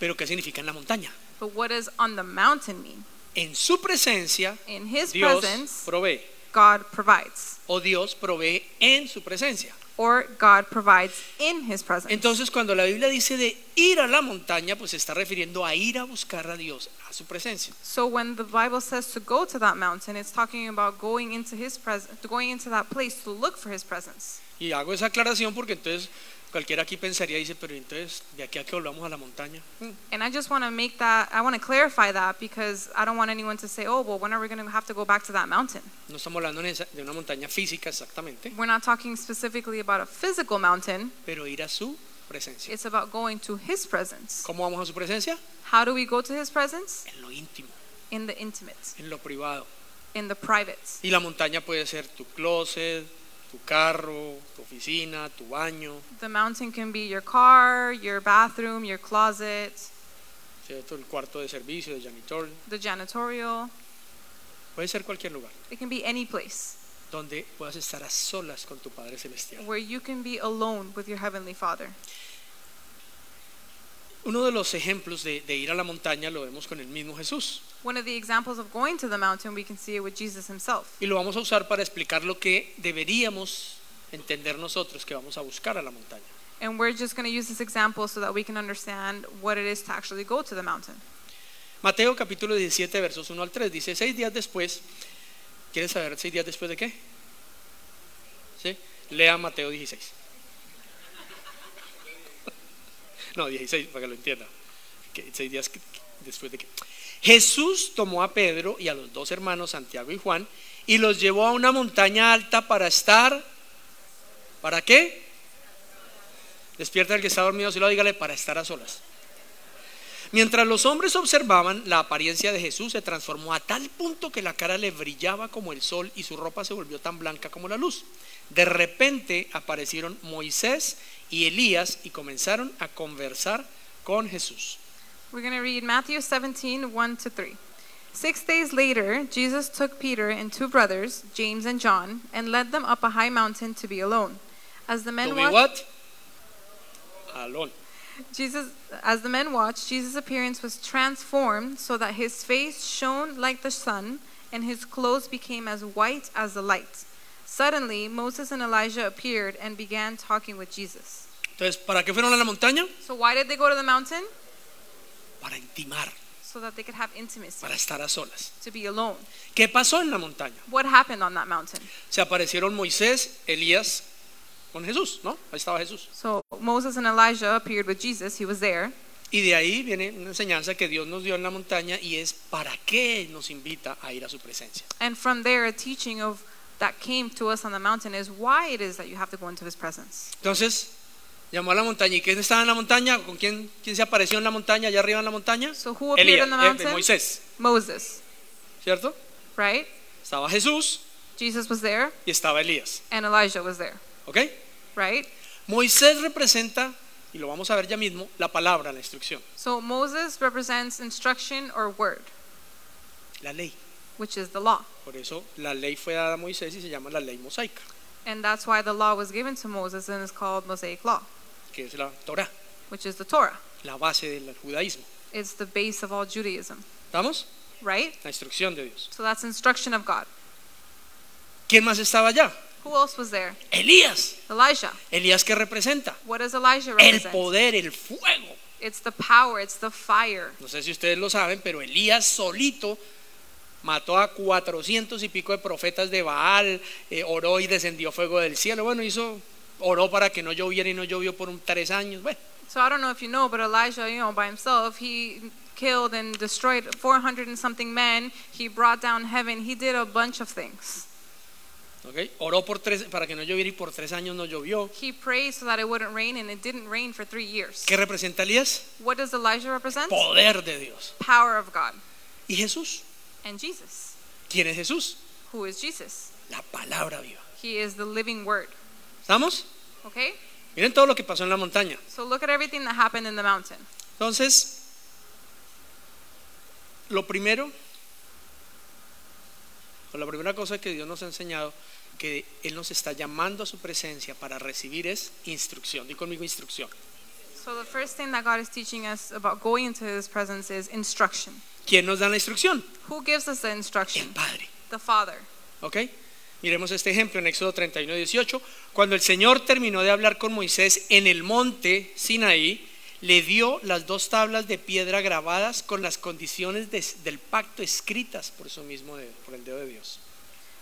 Speaker 2: Pero ¿qué significa en la montaña?
Speaker 3: But what does on the mountain mean?
Speaker 2: En su presencia,
Speaker 3: In His
Speaker 2: Dios
Speaker 3: presence,
Speaker 2: provee.
Speaker 3: God provides,
Speaker 2: O Dios provee en su presencia.
Speaker 3: or God provides in His presence.
Speaker 2: Entonces, cuando la Biblia dice de ir a la montaña, pues se está refiriendo a ir a buscar a Dios, a su presencia.
Speaker 3: So when the Bible says to go to that mountain, it's talking about going into his presence, going into that place to look for his presence.
Speaker 2: Y hago esa aclaración porque entonces cualquiera aquí pensaría y dice, pero entonces de aquí a que volvamos a la montaña. Mm.
Speaker 3: And I just want to make that I want to clarify that because I don't want anyone to say, "Oh, well, when are we going to have to go back to that mountain?"
Speaker 2: No estamos hablando en esa- de una montaña física exactamente,
Speaker 3: We're not talking specifically about a physical mountain.
Speaker 2: pero ir a su presencia.
Speaker 3: It's about going to his presence.
Speaker 2: ¿Cómo vamos a su presencia?
Speaker 3: How do we go to his presence?
Speaker 2: En lo íntimo,
Speaker 3: In the intimate,
Speaker 2: en lo privado.
Speaker 3: in the private.
Speaker 2: Y la montaña puede ser tu closet, tu carro, tu oficina, tu baño,
Speaker 3: The mountain can be your car, your bathroom, your closet,
Speaker 2: ¿cierto? el cuarto de servicio, de janitor.
Speaker 3: the janitorial.
Speaker 2: Puede ser cualquier lugar
Speaker 3: It can be any place.
Speaker 2: donde puedas estar a solas con tu Padre Celestial.
Speaker 3: where you can be alone with your heavenly father.
Speaker 2: Uno de los ejemplos de, de ir a la montaña lo vemos con el mismo Jesús.
Speaker 3: One of the examples of going to the mountain, we can see it with Jesus himself.
Speaker 2: Y lo vamos a usar para explicar lo que deberíamos entender nosotros que vamos a buscar a la montaña.
Speaker 3: And we're just going to use this example so that we can understand what it is to actually go to the mountain.
Speaker 2: Mateo capítulo 17, versos 1 al 3 dice, seis días después, ¿quieres saber seis días después de qué? ¿Sí? Lea Mateo 16. No, 16, para que lo entienda. Que seis días que- que- después de qué. Jesús tomó a Pedro y a los dos hermanos, Santiago y Juan, y los llevó a una montaña alta para estar, ¿para qué? Despierta el que está dormido, si lo dígale, para estar a solas. Mientras los hombres observaban, la apariencia de Jesús se transformó a tal punto que la cara le brillaba como el sol y su ropa se volvió tan blanca como la luz. De repente aparecieron Moisés y Elías y comenzaron a conversar con Jesús.
Speaker 3: We're going to read Matthew 17, 1 to 3. Six days later, Jesus took Peter and two brothers, James and John, and led them up a high mountain to be alone. As the men
Speaker 2: To be
Speaker 3: watched,
Speaker 2: what? Alone.
Speaker 3: Jesus, as the men watched, Jesus' appearance was transformed so that his face shone like the sun and his clothes became as white as the light. Suddenly, Moses and Elijah appeared and began talking with Jesus.
Speaker 2: Entonces, ¿para qué fueron a la montaña?
Speaker 3: So, why did they go to the mountain?
Speaker 2: Para intimar,
Speaker 3: So that they could have intimacy,
Speaker 2: para estar a solas.
Speaker 3: to be alone.
Speaker 2: ¿Qué pasó en la montaña?
Speaker 3: What happened on that mountain?
Speaker 2: Se aparecieron Moisés, Elías con Jesús, ¿no? Ahí estaba Jesús.
Speaker 3: So, Moses and Elijah appeared with Jesus. He was there.
Speaker 2: Y de ahí viene una enseñanza que Dios nos dio en la montaña y es para qué nos invita a ir a su presencia.
Speaker 3: And from there, a teaching of that came to us on the mountain is why it is that you have to go into his presence.
Speaker 2: Entonces, Llamó a la montaña. ¿Y quién estaba en la montaña? ¿Con quién, quién se apareció en la montaña, allá arriba en la montaña?
Speaker 3: So who appeared
Speaker 2: Elías,
Speaker 3: on the
Speaker 2: eh,
Speaker 3: mountain?
Speaker 2: Moisés,
Speaker 3: Moses,
Speaker 2: ¿cierto?
Speaker 3: right?
Speaker 2: Estaba Jesús
Speaker 3: Jesus was there
Speaker 2: y estaba Elías.
Speaker 3: and Elijah was there,
Speaker 2: ¿Ok?
Speaker 3: right?
Speaker 2: Moisés representa, y lo vamos a ver ya mismo, la palabra, la instrucción,
Speaker 3: So Moses represents instruction or word,
Speaker 2: la ley.
Speaker 3: which is the law.
Speaker 2: Por eso la ley fue dada a Moisés y se llama la ley mosaica,
Speaker 3: And that's why the law was given to Moses and is called Mosaic law,
Speaker 2: que es la Torah,
Speaker 3: which is the Torah.
Speaker 2: la base del judaísmo.
Speaker 3: It's the base of all Judaism,
Speaker 2: ¿Estamos?
Speaker 3: right?
Speaker 2: La instrucción de Dios.
Speaker 3: So that's instruction of God.
Speaker 2: ¿Quién más estaba allá?
Speaker 3: Who else was there?
Speaker 2: Elías.
Speaker 3: Elijah.
Speaker 2: Elías que representa
Speaker 3: What does Elijah
Speaker 2: el
Speaker 3: represent?
Speaker 2: poder, el fuego.
Speaker 3: It's the power, it's the fire.
Speaker 2: No sé si ustedes lo saben, pero Elías solito mató a cuatrocientos y pico de profetas de Baal, eh, oró y descendió fuego del cielo. Bueno, hizo, oró para que no lloviera y no llovió por un tres años. Bueno,
Speaker 3: So I don't know if you know, but Elijah, you know, by himself, he killed and destroyed 400 and something men. He brought down heaven. He did a bunch of things.
Speaker 2: ok, oró por tres, para que no lloviera y por tres años no llovió.
Speaker 3: He prayed so that it wouldn't rain, and it didn't rain for three years.
Speaker 2: ¿Qué representa Elías?
Speaker 3: What does Elijah represent?
Speaker 2: Poder de Dios.
Speaker 3: Power of God.
Speaker 2: ¿Y Jesús?
Speaker 3: And Jesus.
Speaker 2: ¿Quién es Jesús?
Speaker 3: Who is Jesus?
Speaker 2: La palabra viva.
Speaker 3: He is the living word.
Speaker 2: ¿Estamos?
Speaker 3: Okay?
Speaker 2: Miren todo lo que pasó en la montaña.
Speaker 3: So look at everything that happened in the mountain.
Speaker 2: Entonces, lo primero, o la primera cosa que Dios nos ha enseñado, que Él nos está llamando a su presencia para recibir es instrucción. Di conmigo instrucción.
Speaker 3: So the first thing that God is teaching us about going into his presence is instruction.
Speaker 2: ¿Quién nos da la instrucción?
Speaker 3: Who gives us the
Speaker 2: El
Speaker 3: instruction?
Speaker 2: Padre.
Speaker 3: The Father.
Speaker 2: ¿Ok? Miremos este ejemplo en Éxodo 31, 18. Cuando el Señor terminó de hablar con Moisés en el monte Sinaí, le dio las dos tablas de piedra grabadas con las condiciones de- del pacto escritas por su mismo dedo, por el dedo de Dios.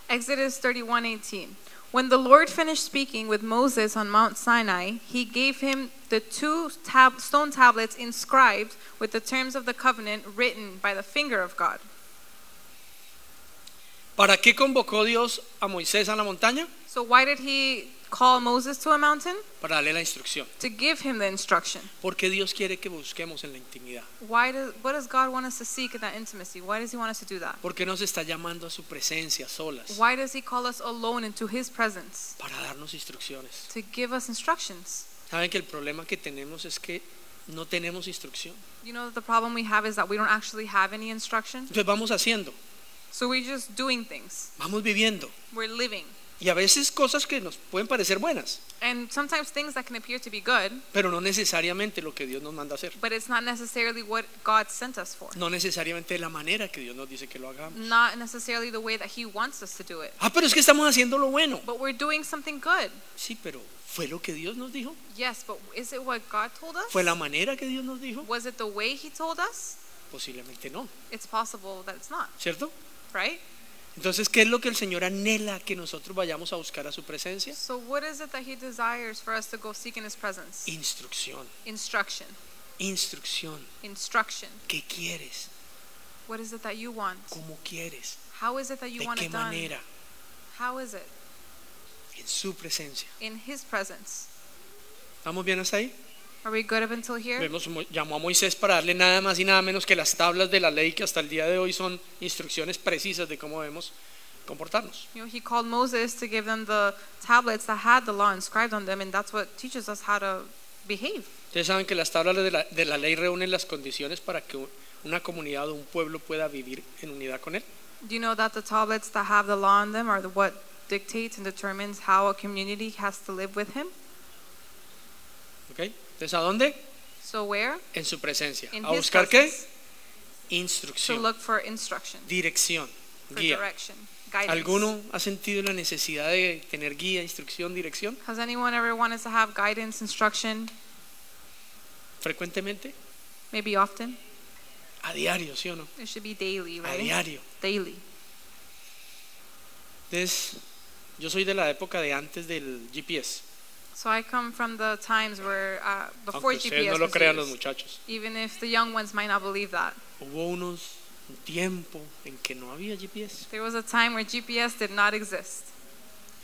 Speaker 3: Exodus 31:18. When the Lord finished speaking with Moses on Mount Sinai, he gave him the two tab- stone tablets inscribed with the terms of the covenant written by the finger of God.
Speaker 2: ¿Para qué convocó Dios a Moisés a la montaña?
Speaker 3: So why did he call Moses to a mountain?
Speaker 2: Para darle la instrucción.
Speaker 3: To give him the instruction.
Speaker 2: Porque Dios quiere que busquemos en la intimidad.
Speaker 3: Why does what does God want us to seek in that intimacy? Why does he want us to do that?
Speaker 2: Porque nos está llamando a su presencia a solas.
Speaker 3: Why does he call us alone into his presence?
Speaker 2: Para darnos instrucciones.
Speaker 3: To give us instructions.
Speaker 2: Saben que el problema que tenemos es que no tenemos instrucción.
Speaker 3: You know that the problem we have is that we don't actually have any instruction.
Speaker 2: Entonces vamos haciendo,
Speaker 3: So we're just doing things.
Speaker 2: vamos viviendo.
Speaker 3: We're living.
Speaker 2: Y a veces cosas que nos pueden parecer buenas,
Speaker 3: And sometimes things that can appear to be good,
Speaker 2: pero no necesariamente lo que Dios nos manda hacer.
Speaker 3: but it's not necessarily what God sent us for.
Speaker 2: No necesariamente la manera que Dios nos dice que lo hagamos.
Speaker 3: Not necessarily the way that He wants us to do it.
Speaker 2: Ah, pero es que estamos haciendo lo bueno.
Speaker 3: But we're doing something good.
Speaker 2: Sí, pero ¿fue lo que Dios nos dijo?
Speaker 3: Yes, but is it what God told us?
Speaker 2: ¿Fue la manera que Dios nos dijo?
Speaker 3: Was it the way He told us?
Speaker 2: Posiblemente no,
Speaker 3: It's possible that it's not,
Speaker 2: ¿cierto?
Speaker 3: right?
Speaker 2: Entonces, ¿qué es lo que el Señor anhela que nosotros vayamos a buscar a su presencia?
Speaker 3: So, what is it that He desires for us to go seek in His presence?
Speaker 2: Instrucción,
Speaker 3: Instruction.
Speaker 2: instrucción.
Speaker 3: Instruction.
Speaker 2: ¿Qué quieres?
Speaker 3: What is it that you want?
Speaker 2: ¿Cómo quieres?
Speaker 3: How is it that you
Speaker 2: ¿De
Speaker 3: want
Speaker 2: qué
Speaker 3: it done?
Speaker 2: manera?
Speaker 3: How is it?
Speaker 2: En su presencia.
Speaker 3: In His presence.
Speaker 2: ¿Estamos bien hasta ahí?
Speaker 3: Are we good up until here?
Speaker 2: Vemos, Mo- llamó a Moisés para darle nada más y nada menos que las tablas de la ley que hasta el día de hoy son instrucciones precisas de cómo debemos comportarnos.
Speaker 3: You know, he called Moses to give them the tablets that had the law inscribed on them, and that's what teaches us how to behave.
Speaker 2: Ustedes saben que las tablas de la, de la ley reúnen las condiciones para que u- una comunidad o un pueblo pueda vivir en unidad con él.
Speaker 3: Do you know that the tablets that have the law on them are the, what dictates and determines how a community has to live with him?
Speaker 2: ¿ok? Entonces, ¿a dónde?
Speaker 3: So where?
Speaker 2: En su presencia.
Speaker 3: In
Speaker 2: ¿A
Speaker 3: his
Speaker 2: buscar qué?
Speaker 3: presence. To
Speaker 2: Instrucción,
Speaker 3: look for instruction,
Speaker 2: dirección,
Speaker 3: for
Speaker 2: guía.
Speaker 3: direction, guidance.
Speaker 2: ¿Alguno ha sentido la necesidad de tener guía, instrucción, dirección
Speaker 3: Has anyone ever wanted to have guidance, instruction,
Speaker 2: frecuentemente?
Speaker 3: maybe often?
Speaker 2: A diario, ¿sí o no?
Speaker 3: It should be daily,
Speaker 2: A
Speaker 3: right?
Speaker 2: diario.
Speaker 3: Daily.
Speaker 2: Entonces, yo soy de la época de antes del GPS.
Speaker 3: So I come from the times where uh, before
Speaker 2: Aunque ustedes
Speaker 3: GPS
Speaker 2: no lo
Speaker 3: was
Speaker 2: crean los
Speaker 3: used,
Speaker 2: muchachos.
Speaker 3: even if the young ones might not believe that.
Speaker 2: Hubo unos un tiempo en que no había GPS.
Speaker 3: There was a time where GPS did not exist.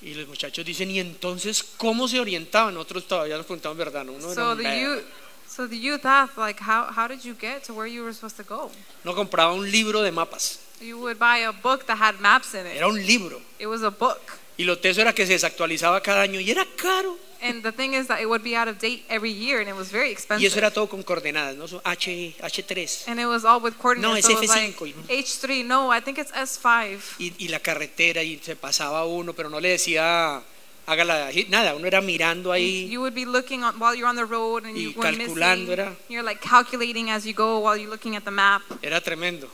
Speaker 2: Y los muchachos dicen, ¿y entonces cómo se orientaban? Nosotros todavía nos preguntamos, ¿verdad? No, Uno era
Speaker 3: So
Speaker 2: un
Speaker 3: the
Speaker 2: nerd.
Speaker 3: youth, so the youth asked, like, how, how did you get to where you were supposed to go?
Speaker 2: no compraba un libro de mapas,
Speaker 3: You would buy a book that had maps in it.
Speaker 2: era un libro.
Speaker 3: It was a book.
Speaker 2: Y lo teso era que se desactualizaba cada año y era caro.
Speaker 3: And the thing is that it would be out of date every year, and it was
Speaker 2: Y
Speaker 3: very
Speaker 2: eso
Speaker 3: expensive.
Speaker 2: era todo con coordenadas, ¿no? Su H, H3.
Speaker 3: And it was all with
Speaker 2: No,
Speaker 3: coordinates.
Speaker 2: es
Speaker 3: so it was like
Speaker 2: F5.
Speaker 3: H3. No, I think it's S5.
Speaker 2: Y, y la carretera y se pasaba uno, pero no le decía, hágala, nada, uno era mirando ahí.
Speaker 3: You would be looking on, while you're on the road, and
Speaker 2: Y
Speaker 3: you were
Speaker 2: calculando
Speaker 3: missing.
Speaker 2: era.
Speaker 3: You're like calculating as you go while you're looking at the map.
Speaker 2: Era tremendo.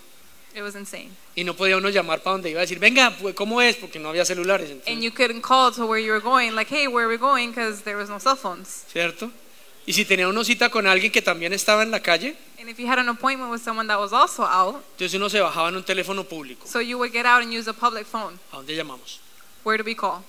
Speaker 3: It was insane.
Speaker 2: Y no podía uno llamar para donde iba a decir, venga, pues, ¿cómo es? Porque no había celulares. entonces,
Speaker 3: And you couldn't call to where you were going, like, hey, where are we going? Because there was no cell phones.
Speaker 2: ¿Cierto? Y si tenía una cita con alguien que también estaba en la calle,
Speaker 3: And if you had an appointment with someone that was also out,
Speaker 2: entonces uno se bajaba en un teléfono público.
Speaker 3: so you would get out and use a public phone.
Speaker 2: ¿A dónde llamamos?
Speaker 3: Where do we call?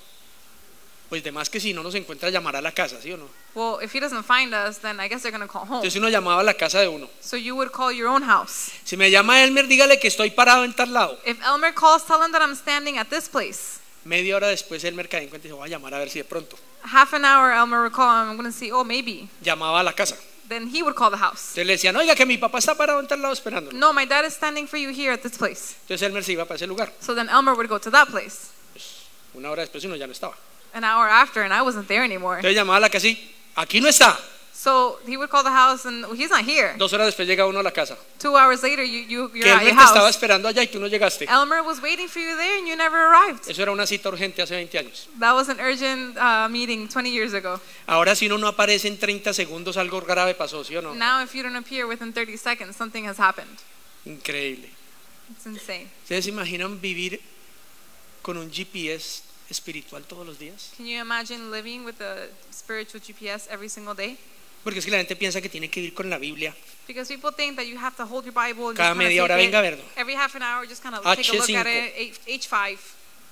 Speaker 2: Pues de más que si no nos encuentra, llamar a la casa, ¿sí o no?
Speaker 3: Well, if he doesn't find us, then I guess they're going to call home.
Speaker 2: Entonces uno llamaba a la casa de uno.
Speaker 3: So you would call your own house.
Speaker 2: Si me llama Elmer, dígale que estoy parado en tal lado.
Speaker 3: If Elmer calls, tell him that I'm standing at this place.
Speaker 2: Media hora después Elmer cae en cuenta y dice, voy a llamar a ver si de pronto.
Speaker 3: Half an hour, Elmer would call, and I'm going to see, oh, maybe.
Speaker 2: Llamaba a la casa.
Speaker 3: Then he would call the house.
Speaker 2: Entonces le decían, oiga, que mi papá está parado en tal lado esperando.
Speaker 3: No, my dad is standing for you here at this place.
Speaker 2: Entonces Elmer se iba para ese lugar.
Speaker 3: So then Elmer would go to that place.
Speaker 2: Pues, una hora después uno ya no estaba.
Speaker 3: An hour after, and I wasn't there anymore.
Speaker 2: Entonces llamaba a la casa y, aquí no está.
Speaker 3: So he would call the house, and "Well, he's not here.
Speaker 2: Dos horas después llega uno a la casa.
Speaker 3: Two hours later, you, you, you're
Speaker 2: que
Speaker 3: at your
Speaker 2: Elmer te estaba
Speaker 3: house.
Speaker 2: esperando allá y tú no llegaste.
Speaker 3: Elmer was waiting for you there, and you never arrived.
Speaker 2: Eso era una cita urgente hace 20 años.
Speaker 3: That was an urgent uh, meeting 20 years ago.
Speaker 2: Ahora si uno no aparece en 30 segundos algo grave pasó, ¿sí o no?
Speaker 3: Now, if you don't appear within 30 seconds, something has happened.
Speaker 2: Increíble.
Speaker 3: It's insane.
Speaker 2: ¿Ustedes se imaginan vivir con un GPS espiritual todos los días?
Speaker 3: Can you imagine living with a spiritual GPS every single day?
Speaker 2: Porque es que la gente piensa que tiene que vivir con la Biblia.
Speaker 3: Because people think that you have to hold your Bible and
Speaker 2: Cada
Speaker 3: just kinda
Speaker 2: media hora
Speaker 3: take
Speaker 2: venga a
Speaker 3: it.
Speaker 2: verlo.
Speaker 3: every half an hour, just kind of take a look
Speaker 2: H5.
Speaker 3: at it. H- H5.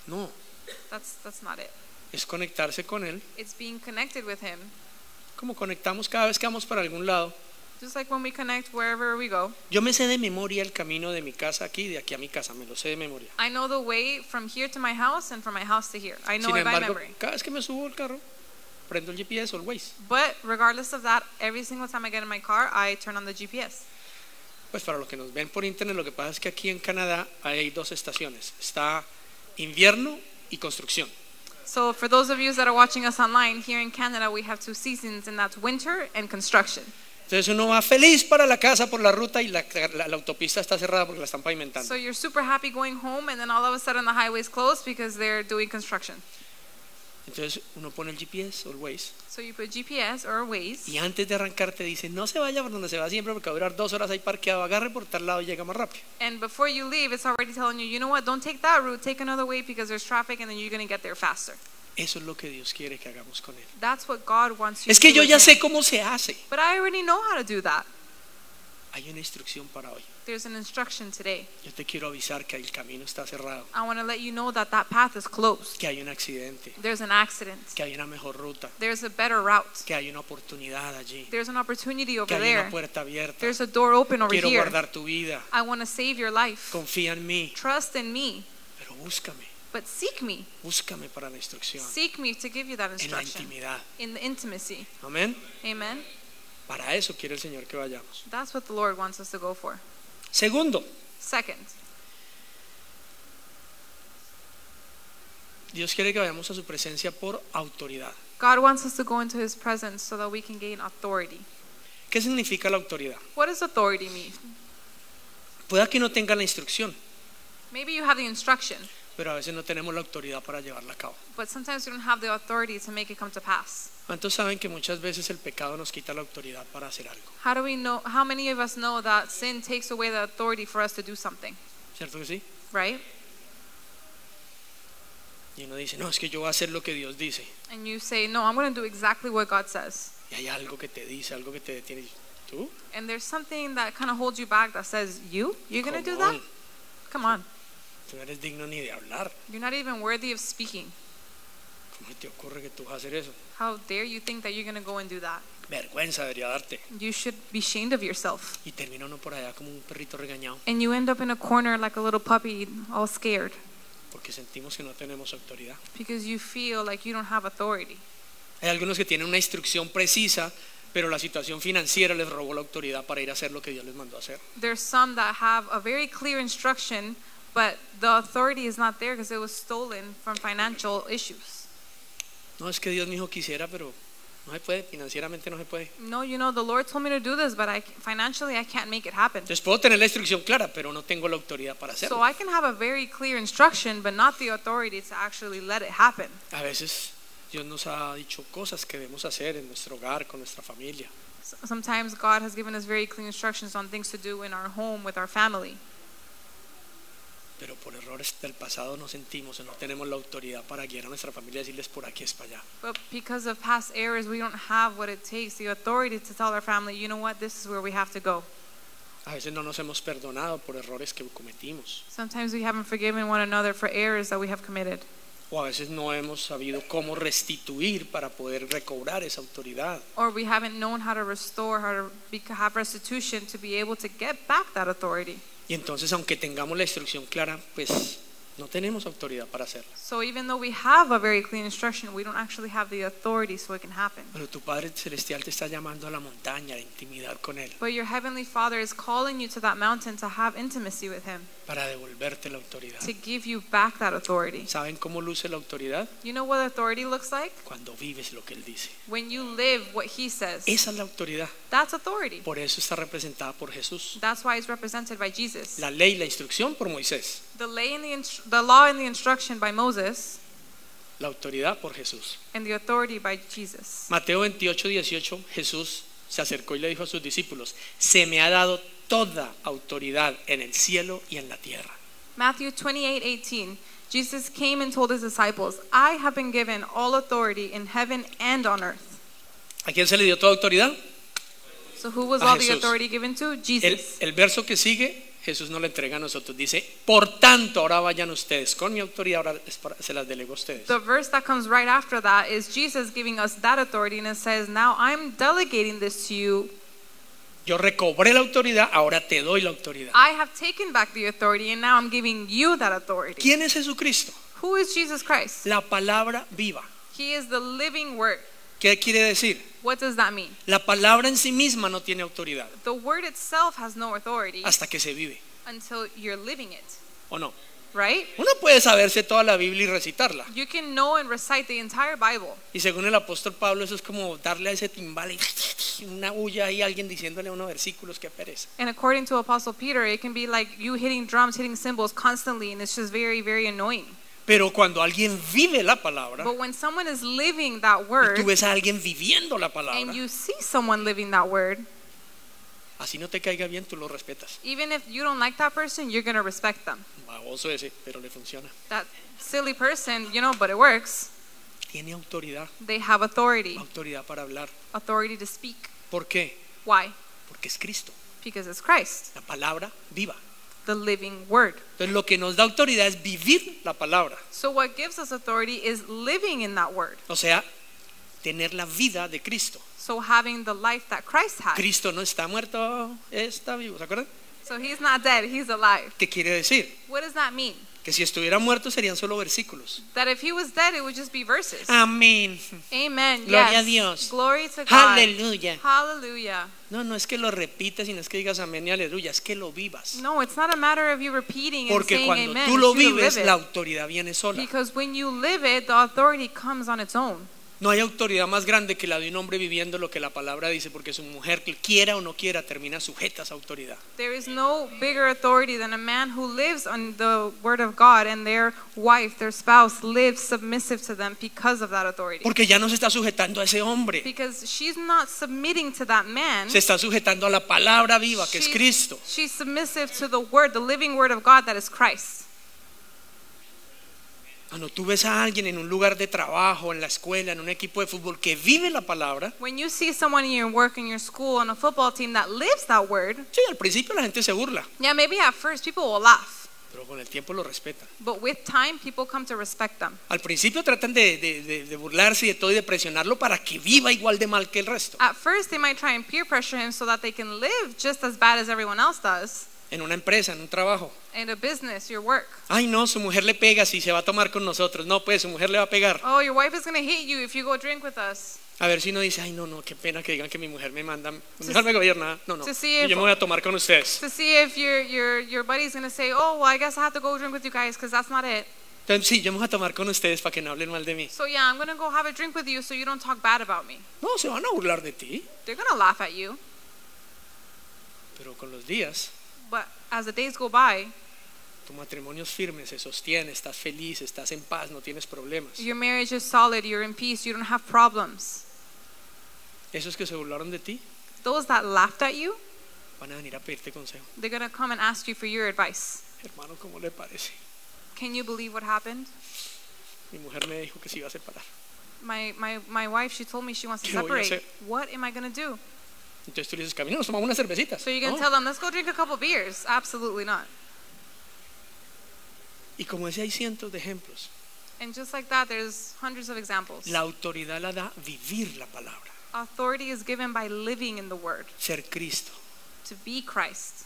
Speaker 2: No,
Speaker 3: That's that's not it.
Speaker 2: es conectarse con Él.
Speaker 3: It's being connected with Him,
Speaker 2: Como conectamos cada vez que vamos para algún lado.
Speaker 3: just like when we connect wherever we go.
Speaker 2: Yo me sé de memoria el camino de mi casa aquí, de aquí a mi casa, me lo sé de memoria.
Speaker 3: I know the way from here to my house and from my house to here. I know
Speaker 2: Sin
Speaker 3: it by
Speaker 2: embargo,
Speaker 3: memory.
Speaker 2: cada vez que me subo al carro, prendo el GPS o el Waze.
Speaker 3: But regardless of that, every single time I get in my car, I turn on the GPS.
Speaker 2: Pues para los que nos ven por internet, lo que pasa es que aquí en Canadá hay dos estaciones. Está invierno y construcción.
Speaker 3: So for those of you that are watching us online, here in Canada, we have two seasons, and that's winter and construction.
Speaker 2: Entonces uno va feliz para la casa por la ruta y la, la- la autopista está cerrada porque la están pavimentando.
Speaker 3: So you're super happy going home, and then all of a sudden the highway's closed because they're doing construction.
Speaker 2: Entonces uno pone el GPS o el Waze
Speaker 3: So you put GPS or Waze,
Speaker 2: y antes de arrancar te dice, no se vaya por donde se va siempre porque va a durar dos horas ahí parqueado, agarre por tal lado y llega más rápido.
Speaker 3: and before you leave, it's already telling you, you know what, don't take that route, take another way because there's traffic, and then you're going to get there faster.
Speaker 2: Eso es lo que Dios quiere que hagamos con él.
Speaker 3: That's what God wants you
Speaker 2: Es
Speaker 3: to
Speaker 2: que
Speaker 3: do.
Speaker 2: yo ya
Speaker 3: with Him.
Speaker 2: sé cómo se hace.
Speaker 3: But I already know how to do that.
Speaker 2: Hay una instrucción para hoy.
Speaker 3: There's an instruction today.
Speaker 2: Yo te quiero avisar que el camino está cerrado,
Speaker 3: I want to let you know that that path is closed.
Speaker 2: que hay un accidente,
Speaker 3: There's an accident.
Speaker 2: que hay una mejor ruta.
Speaker 3: There's a better route.
Speaker 2: que hay una oportunidad allí,
Speaker 3: There's an opportunity
Speaker 2: que
Speaker 3: over
Speaker 2: hay una
Speaker 3: there.
Speaker 2: puerta abierta.
Speaker 3: There's a door open over
Speaker 2: Quiero
Speaker 3: here.
Speaker 2: guardar tu vida,
Speaker 3: I want to save your life.
Speaker 2: confía en mí,
Speaker 3: Trust in me,
Speaker 2: pero búscame,
Speaker 3: but seek me.
Speaker 2: búscame para la instrucción,
Speaker 3: Seek me to give you that
Speaker 2: en la
Speaker 3: instruction
Speaker 2: intimidad.
Speaker 3: in the intimacy.
Speaker 2: Amén.
Speaker 3: Amen.
Speaker 2: Para eso quiere el Señor que vayamos.
Speaker 3: That's what the Lord wants us to go for.
Speaker 2: Segundo,
Speaker 3: Second,
Speaker 2: Dios quiere que vayamos a su presencia por autoridad.
Speaker 3: God wants us to go into his presence so that we can gain authority.
Speaker 2: ¿Qué significa la autoridad?
Speaker 3: What does authority mean?
Speaker 2: Pueda que no tenga la instrucción,
Speaker 3: Maybe you have the instruction,
Speaker 2: pero a veces no tenemos la autoridad para llevarla a cabo.
Speaker 3: but sometimes you don't have the authority to make it come to pass.
Speaker 2: ¿Cuántos saben que muchas veces el pecado nos quita la autoridad para hacer algo?
Speaker 3: How do we know how many of us know that sin takes away the authority for us to do something,
Speaker 2: ¿Cierto que sí?
Speaker 3: right?
Speaker 2: Y uno dice, no, es que yo voy a hacer lo que Dios dice.
Speaker 3: And you say, "No, I'm going to do exactly what God says."
Speaker 2: Y hay algo que te dice, algo que te detiene. ¿Tú?
Speaker 3: And there's something that kind of holds you back that says, "You? You're going to do
Speaker 2: Come
Speaker 3: that?
Speaker 2: on,
Speaker 3: Come on.
Speaker 2: Tú no eres digno ni de hablar.
Speaker 3: You're not even worthy of speaking.
Speaker 2: ¿Cómo te ocurre que tú vas a hacer eso?
Speaker 3: How dare you think that you're going to go and do that?
Speaker 2: Vergüenza debería darte.
Speaker 3: You should be ashamed of yourself."
Speaker 2: Y termina uno por allá como un perrito regañado.
Speaker 3: And you end up in a corner like a little puppy, all scared.
Speaker 2: porque sentimos que no tenemos autoridad.
Speaker 3: because you feel like you don't have authority.
Speaker 2: Hay algunos que tienen una instrucción precisa, pero la situación financiera les robó la autoridad para ir a hacer lo que Dios les mandó a hacer.
Speaker 3: There's some that have a very clear instruction, but the authority is not there because it was stolen from financial issues.
Speaker 2: No es que Dios me dijo quisiera, pero no se puede, financieramente no se puede.
Speaker 3: No, you know, the Lord told me to do this, but I financially I can't make it happen.
Speaker 2: Entonces puedo tener la instrucción clara, pero no tengo la autoridad para
Speaker 3: So
Speaker 2: hacerlo.
Speaker 3: I can have a very clear instruction, but not the authority to actually let it happen.
Speaker 2: A veces Dios nos ha dicho cosas que debemos hacer en nuestro hogar, con nuestra familia,
Speaker 3: S- Sometimes God has given us very clear instructions on things to do in our home with our family,
Speaker 2: pero por errores del pasado no sentimos o no tenemos la autoridad para guiar a nuestra familia y decirles por aquí es para allá.
Speaker 3: but because of past errors, we don't have what it takes the authority to tell our family, you know what, this is where we have to go.
Speaker 2: A veces no nos hemos perdonado por errores que cometimos
Speaker 3: Sometimes we haven't forgiven one another for errors that we have committed,
Speaker 2: o a veces no hemos sabido cómo restituir para poder recobrar esa autoridad.
Speaker 3: or we haven't known how to restore, how to be, have restitution to be able to get back that authority.
Speaker 2: Y entonces aunque tengamos la instrucción clara, pues no tenemos autoridad para hacerla.
Speaker 3: So even though we have a very clear instruction, we don't actually have the authority so it can happen.
Speaker 2: Pero tu Padre Celestial te está llamando a la montaña, a intimidar con Él,
Speaker 3: But your heavenly Father is calling you to that mountain to have intimacy with Him,
Speaker 2: para devolverte la autoridad.
Speaker 3: to give you back that authority.
Speaker 2: ¿Saben cómo luce la autoridad?
Speaker 3: You know what authority looks like?
Speaker 2: Cuando vives lo que Él dice.
Speaker 3: When you live what He says.
Speaker 2: Esa es la autoridad.
Speaker 3: That's authority.
Speaker 2: Por eso está representada por Jesús.
Speaker 3: That's why it's represented by Jesus.
Speaker 2: La ley, la instrucción por Moisés.
Speaker 3: The, lay and the, instru- the law and the instruction by Moses,
Speaker 2: La autoridad por Jesús.
Speaker 3: and the authority by Jesus.
Speaker 2: Mateo 28, 18, Jesús se acercó y le dijo a sus discípulos, se me ha dado toda autoridad en el cielo y en la tierra.
Speaker 3: Matthew 28 18. Jesus came and told his disciples, I have been given all authority in heaven and on earth.
Speaker 2: ¿A quién se le dio toda autoridad?
Speaker 3: So who was
Speaker 2: A
Speaker 3: all the
Speaker 2: Ah, Jesús.
Speaker 3: authority given to?
Speaker 2: El,
Speaker 3: Jesus.
Speaker 2: el verso que sigue, Jesús no lo entrega a nosotros. Dice, por tanto, ahora vayan ustedes con mi autoridad, ahora es para- se las delego a ustedes.
Speaker 3: The verse that comes right after that is Jesus giving us that authority and it says, Now I'm delegating this to you.
Speaker 2: Yo recobré la autoridad, ahora te doy la autoridad.
Speaker 3: I have taken back the authority and now I'm giving you that authority.
Speaker 2: ¿Quién es Jesucristo?
Speaker 3: Who is Jesus Christ?
Speaker 2: La palabra viva.
Speaker 3: He is the living word.
Speaker 2: ¿Qué quiere decir?
Speaker 3: What does that mean?
Speaker 2: La palabra en sí misma no tiene autoridad
Speaker 3: The word itself has no authority
Speaker 2: hasta que se vive,
Speaker 3: until you're living it,
Speaker 2: ¿o no?
Speaker 3: right?
Speaker 2: Uno puede saberse toda la Biblia y recitarla.
Speaker 3: You can know and recite the entire Bible.
Speaker 2: Y según el apóstol Pablo, eso es como darle a ese timbal y una bulla ahí a alguien diciéndole unos versículos, qué pereza.
Speaker 3: And according to Apostle Peter, it can be like you hitting drums, hitting cymbals constantly, and it's just very, very annoying.
Speaker 2: Pero cuando alguien vive la palabra,
Speaker 3: But when someone is living that
Speaker 2: y
Speaker 3: word,
Speaker 2: tú ves a alguien viviendo la
Speaker 3: and
Speaker 2: palabra,
Speaker 3: you see someone living that word,
Speaker 2: así no te caiga bien, tú lo respetas.
Speaker 3: even if you don't like that person, you're going to respect them.
Speaker 2: Baboso ese, pero le funciona.
Speaker 3: That silly person, you know, but it works.
Speaker 2: Tiene autoridad,
Speaker 3: They have authority,
Speaker 2: autoridad para hablar.
Speaker 3: authority to speak.
Speaker 2: ¿Por qué?
Speaker 3: Why?
Speaker 2: Porque es Cristo,
Speaker 3: Because it's Christ,
Speaker 2: la palabra viva.
Speaker 3: the living word.
Speaker 2: Entonces lo que nos da autoridad es vivir la palabra,
Speaker 3: So what gives us authority is living in that word.
Speaker 2: o sea, tener la vida de Cristo.
Speaker 3: So having the life that Christ had.
Speaker 2: Cristo no está muerto, está vivo, ¿se acuerdan?
Speaker 3: So he's not dead, he's alive.
Speaker 2: ¿Qué quiere decir?
Speaker 3: What does that mean?
Speaker 2: Que si estuviera muerto serían solo versículos.
Speaker 3: That if he was dead, it would just be verses.
Speaker 2: Amén.
Speaker 3: Amen.
Speaker 2: Ah. Gloria
Speaker 3: yes.
Speaker 2: a Dios.
Speaker 3: Glory to God.
Speaker 2: Aleluya.
Speaker 3: Hallelujah.
Speaker 2: No, no es que lo repitas, sino es que digas amén y aleluya, es que lo vivas.
Speaker 3: No, it's not a matter of you repeating and
Speaker 2: Porque
Speaker 3: saying
Speaker 2: cuando
Speaker 3: amen.
Speaker 2: tú lo
Speaker 3: it's you to
Speaker 2: vives,
Speaker 3: live
Speaker 2: la
Speaker 3: it.
Speaker 2: autoridad viene sola.
Speaker 3: Because when you live it, the authority comes on its own.
Speaker 2: No hay autoridad más grande que la de un hombre viviendo lo que la palabra dice, porque su mujer, que quiera o no quiera, termina sujeta a esa autoridad.
Speaker 3: There is no bigger authority than a man who lives on the word of God and their wife, their spouse, lives submissive to them because of that authority.
Speaker 2: Porque ya no se está sujetando a ese hombre,
Speaker 3: Because she's not submitting to that man.
Speaker 2: se está sujetando a la palabra viva que es
Speaker 3: She's-
Speaker 2: Cristo.
Speaker 3: She's submissive to the word, the living word of God that is Christ.
Speaker 2: Cuando tú ves a alguien en un lugar de trabajo, en la escuela, en un equipo de fútbol que vive la palabra,
Speaker 3: When you see someone in your work, in your school, on a football team that lives that word,
Speaker 2: sí, al principio la gente se burla,
Speaker 3: yeah, maybe at first people will laugh,
Speaker 2: pero con el tiempo lo respetan.
Speaker 3: but with time, people come to respect them.
Speaker 2: Al principio tratan de, de- de- de burlarse y de todo y de presionarlo para que viva igual de mal que el resto.
Speaker 3: At first, they might try and peer pressure him so that they can live just as bad as everyone else does,
Speaker 2: en una empresa, en un trabajo.
Speaker 3: in a business, your work.
Speaker 2: Ay, no, su mujer le pega si se va a tomar con nosotros. No, pues su mujer le va a pegar.
Speaker 3: Oh, your wife is going to hate you if you go drink with us.
Speaker 2: A ver si no dice, ay, no, no, qué pena que digan que mi mujer me manda, mi mujer me gobierna. No, no,
Speaker 3: to see
Speaker 2: y yo
Speaker 3: if-
Speaker 2: me voy a tomar con ustedes.
Speaker 3: To see if your your your buddy's going to say, "Oh, well, I guess I have to go drink with you guys because that's not it."
Speaker 2: Entonces, sí, yo me voy a tomar con ustedes para que no hablen mal de mí.
Speaker 3: So yeah, I'm going to go have a drink with you so you don't talk bad about me.
Speaker 2: No, se van a burlar de ti,
Speaker 3: They're going to laugh at you,
Speaker 2: pero con los días,
Speaker 3: but as the days go by,
Speaker 2: tu matrimonio es firme, se sostiene, estás feliz, estás en paz, no tienes problemas.
Speaker 3: your marriage is solid, you're in peace, you don't have problems.
Speaker 2: Esos que se burlaron de ti
Speaker 3: Those that laughed at you,
Speaker 2: van a venir a pedirte consejo.
Speaker 3: they're going to come and ask you for your advice.
Speaker 2: Hermano, ¿cómo le parece?
Speaker 3: Can you believe what happened?
Speaker 2: Mi mujer me dijo que se iba a separar.
Speaker 3: My my my wife, she told me she wants to
Speaker 2: ¿Qué voy a hacer?
Speaker 3: separate. What am I going to do?
Speaker 2: Entonces tú le dices, camino, nos tomamos unas cervecitas.
Speaker 3: So you're going
Speaker 2: No.
Speaker 3: to tell them, "Let's go drink a couple beers." Absolutely not.
Speaker 2: Y como ese hay cientos de ejemplos,
Speaker 3: And just like that, there's hundreds of examples.
Speaker 2: la autoridad la da vivir la palabra,
Speaker 3: Authority is given by living in the Word,
Speaker 2: ser Cristo.
Speaker 3: to be Christ.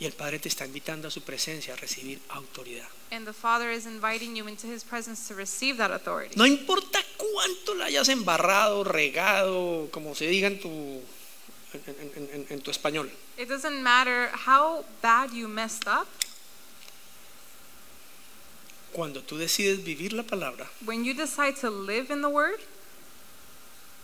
Speaker 2: Y el Padre te está invitando a su presencia a recibir autoridad.
Speaker 3: And the Father is inviting you into His presence to receive that authority.
Speaker 2: No importa cuánto la hayas embarrado, regado, como se diga en tu, en- en- en- en tu español.
Speaker 3: It doesn't matter how bad you messed up,
Speaker 2: Cuando tú decides vivir la palabra,
Speaker 3: when you decide to live in the Word,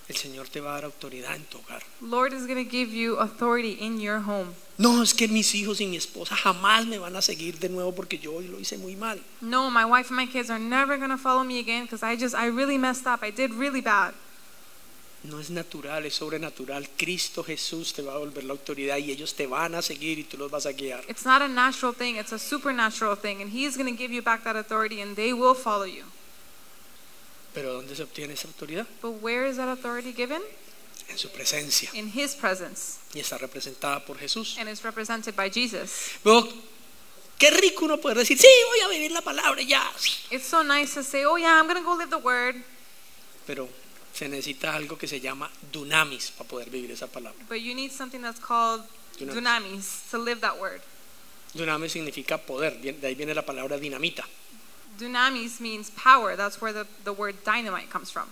Speaker 2: el Señor te va a dar autoridad en tu hogar.
Speaker 3: Lord is going to give you authority in your home.
Speaker 2: No, es que mis hijos y mi esposa jamás me van a seguir de nuevo porque yo hoy lo hice muy mal.
Speaker 3: No, my wife and my kids are never going to follow me again because I just, I really messed up. I did really bad.
Speaker 2: No es natural, es sobrenatural. Cristo Jesús te va a volver la autoridad y ellos te van a seguir y tú los vas a guiar.
Speaker 3: It's not a natural thing, it's a supernatural thing. And He's going to give you back that authority and they will follow you.
Speaker 2: Pero ¿dónde se obtiene esa autoridad?
Speaker 3: But where is that authority given?
Speaker 2: En su presencia
Speaker 3: In His presence.
Speaker 2: y está representada por Jesús.
Speaker 3: and is represented by Jesus.
Speaker 2: Luego, qué rico uno poder decir, sí, voy a vivir la palabra y ya.
Speaker 3: It's so nice to say, oh yeah, I'm going to go live the word,
Speaker 2: Pero se necesita algo que se llama dunamis para poder vivir esa palabra.
Speaker 3: but you need something that's called
Speaker 2: Dunamis.
Speaker 3: dunamis to live that word.
Speaker 2: Dunamis significa poder, bien- de ahí viene la palabra dinamita.
Speaker 3: Dunamis means power. That's where the, the word dynamite comes from.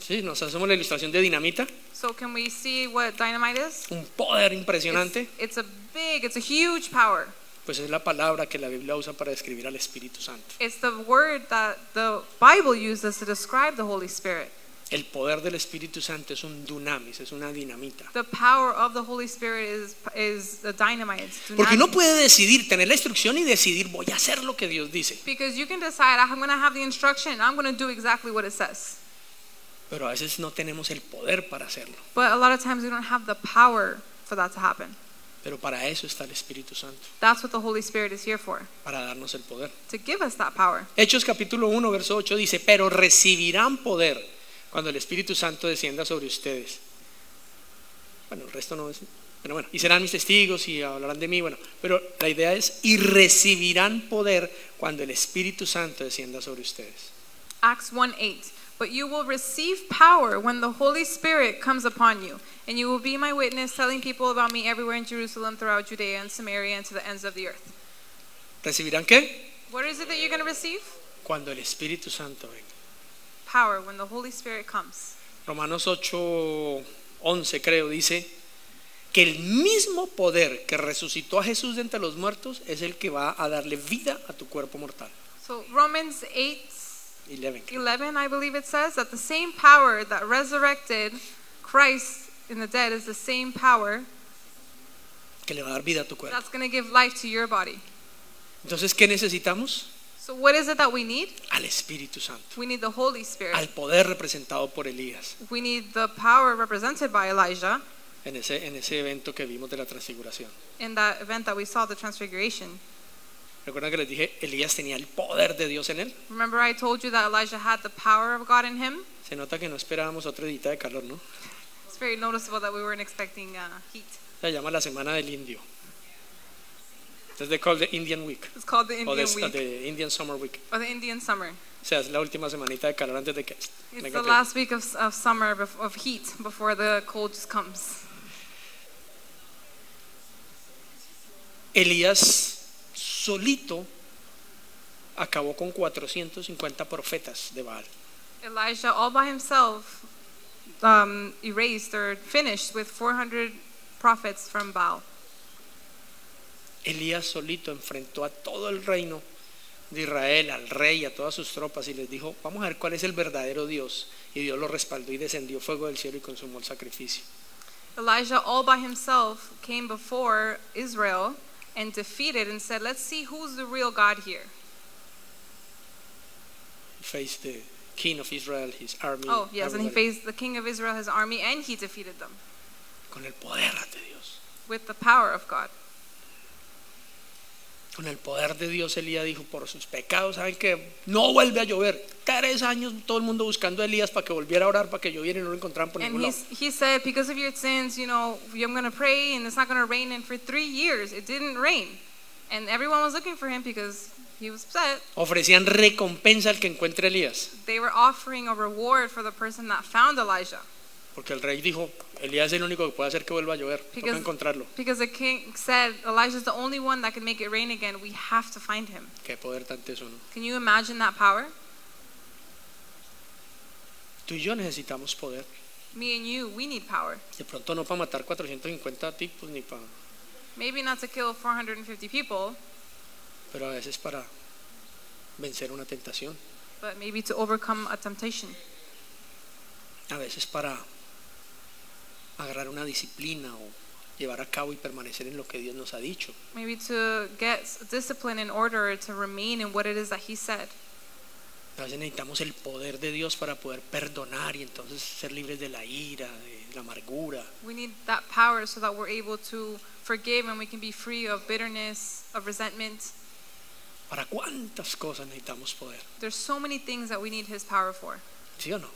Speaker 2: Sí, nos hacemos la ilustración de dinamita,
Speaker 3: So can we see what dynamite is?
Speaker 2: un poder
Speaker 3: It's,
Speaker 2: impresionante,
Speaker 3: it's a big, it's a huge power.
Speaker 2: pues es la palabra que la Biblia usa para describir al Espíritu Santo.
Speaker 3: It's the word that the Bible uses to describe the Holy Spirit.
Speaker 2: El poder del Espíritu Santo es un dunamis, es una dinamita.
Speaker 3: The power of the Holy Spirit is is the dynamite. It's
Speaker 2: Porque uno
Speaker 3: dunamis.
Speaker 2: puede decidir, tener la instrucción y decidir, voy a hacer lo que Dios dice.
Speaker 3: Because you can decide, "Ah, I'm going to have the instruction and I'm going to do exactly what it says.
Speaker 2: Pero a veces no tenemos el poder para hacerlo.
Speaker 3: But a lot of times we don't have the power for that to happen.
Speaker 2: Pero para eso está el Espíritu Santo,
Speaker 3: That's what the Holy Spirit is here for,
Speaker 2: para darnos el poder.
Speaker 3: to give us that power.
Speaker 2: Hechos capítulo 1, verso 8 dice, pero recibirán poder cuando el Espíritu Santo descienda sobre ustedes. Bueno, el resto no es... Pero bueno, y serán mis testigos y hablarán de mí, bueno, pero la idea es, y recibirán poder cuando el Espíritu Santo descienda sobre ustedes.
Speaker 3: Acts 1 8. But you will receive power when the Holy Spirit comes upon you, and you will be my witness, telling people about me everywhere in Jerusalem, throughout Judea and Samaria, and to the ends of the earth.
Speaker 2: ¿Recibirán qué?
Speaker 3: What is it that you're going to receive?
Speaker 2: Cuando el Espíritu Santo venga.
Speaker 3: Power when the Holy Spirit comes.
Speaker 2: Romanos 8, 11 creo, dice que el mismo poder que resucitó a Jesús de entre los muertos es el que va a darle vida a tu cuerpo mortal.
Speaker 3: So, Romans 8
Speaker 2: Y le ven.
Speaker 3: 11, I believe it says, that the same power that resurrected Christ in the dead is the same power
Speaker 2: que le va a dar vida a tu cuerpo.
Speaker 3: that's going to give life to your body.
Speaker 2: Entonces, ¿qué necesitamos?
Speaker 3: So, what is it that we need?
Speaker 2: Al Espíritu Santo,
Speaker 3: We need the Holy Spirit.
Speaker 2: al poder representado por Elías
Speaker 3: We need the power represented by Elijah
Speaker 2: en ese, en ese evento que vimos de la transfiguración.
Speaker 3: in that event that we saw, the transfiguration.
Speaker 2: ¿Recuerdan que les dije, Elías tenía el poder de Dios en él?
Speaker 3: Remember, I told you that Elijah had the power of God in him?
Speaker 2: Se nota que no esperábamos otra edita de calor, ¿no?
Speaker 3: It's very noticeable that we weren't expecting uh, heat.
Speaker 2: Se llama la Semana del Indio. Es de called the Indian Week.
Speaker 3: It's called the
Speaker 2: O
Speaker 3: Indian
Speaker 2: de,
Speaker 3: week
Speaker 2: de Indian Summer Week.
Speaker 3: or the Indian summer.
Speaker 2: O sea, es la última semanita de calor antes de que...
Speaker 3: It's
Speaker 2: venga
Speaker 3: the
Speaker 2: el frío.
Speaker 3: last week of, of summer, bef- of heat, before the cold just comes.
Speaker 2: Elías solito acabó con 450 profetas de Baal.
Speaker 3: Elijah, all by himself, um, erased or finished with 400 prophets from Baal.
Speaker 2: Elías solito enfrentó a todo el reino de Israel, al rey, a todas sus tropas y les dijo, vamos a ver cuál es el verdadero Dios. Y Dios lo respaldó y descendió fuego del cielo y consumó el sacrificio.
Speaker 3: Elijah, all by himself, came before Israel and defeated and said, Let's see who's the real God here.
Speaker 2: He faced the king of Israel, his army.
Speaker 3: Oh, yes, and he
Speaker 2: everybody,
Speaker 3: faced the king of Israel, his army, and he defeated them
Speaker 2: con el poder de Dios.
Speaker 3: with the power of God.
Speaker 2: Con el poder de Dios Elías dijo, por sus pecados, ¿saben que No vuelve a llover. Tres años todo el mundo buscando a Elías para que volviera a orar, para que lloviera y no lo encontraran por
Speaker 3: And
Speaker 2: ningún lado.
Speaker 3: he's, he said, Because of your sins, you know, I'm going to pray and it's not going to rain. And for three years, it didn't rain. And everyone was looking for him because he was upset.
Speaker 2: Ofrecían recompensa al que encuentre a Elías.
Speaker 3: They were offering a reward for the person that found Elijah.
Speaker 2: Porque el rey dijo, Elías es el único que puede hacer que vuelva a llover. Toca
Speaker 3: Because-
Speaker 2: encontrarlo.
Speaker 3: Because the king said, Elijah's the only one that can make it rain again. We have to find him.
Speaker 2: Qué poder tanto eso, ¿no?
Speaker 3: Can you imagine that power?
Speaker 2: Tú y yo necesitamos poder.
Speaker 3: Me and you, we need power.
Speaker 2: De pronto no para matar 450 tipos, ni para...
Speaker 3: Maybe not to kill 450 people,
Speaker 2: Pero a veces para vencer una tentación.
Speaker 3: but maybe to overcome a temptation,
Speaker 2: A veces para agarrar una disciplina o llevar a cabo y permanecer en lo que Dios nos ha dicho.
Speaker 3: maybe to get s- discipline in order to remain in what it is that he said.
Speaker 2: A veces necesitamos el poder de Dios para poder perdonar y entonces ser libres de la ira, de la amargura.
Speaker 3: We need that power so that we're able to forgive and we can be free of bitterness, of resentment.
Speaker 2: ¿Para cuántas cosas necesitamos poder?
Speaker 3: There's so many things that we need his power for,
Speaker 2: ¿Sí o no?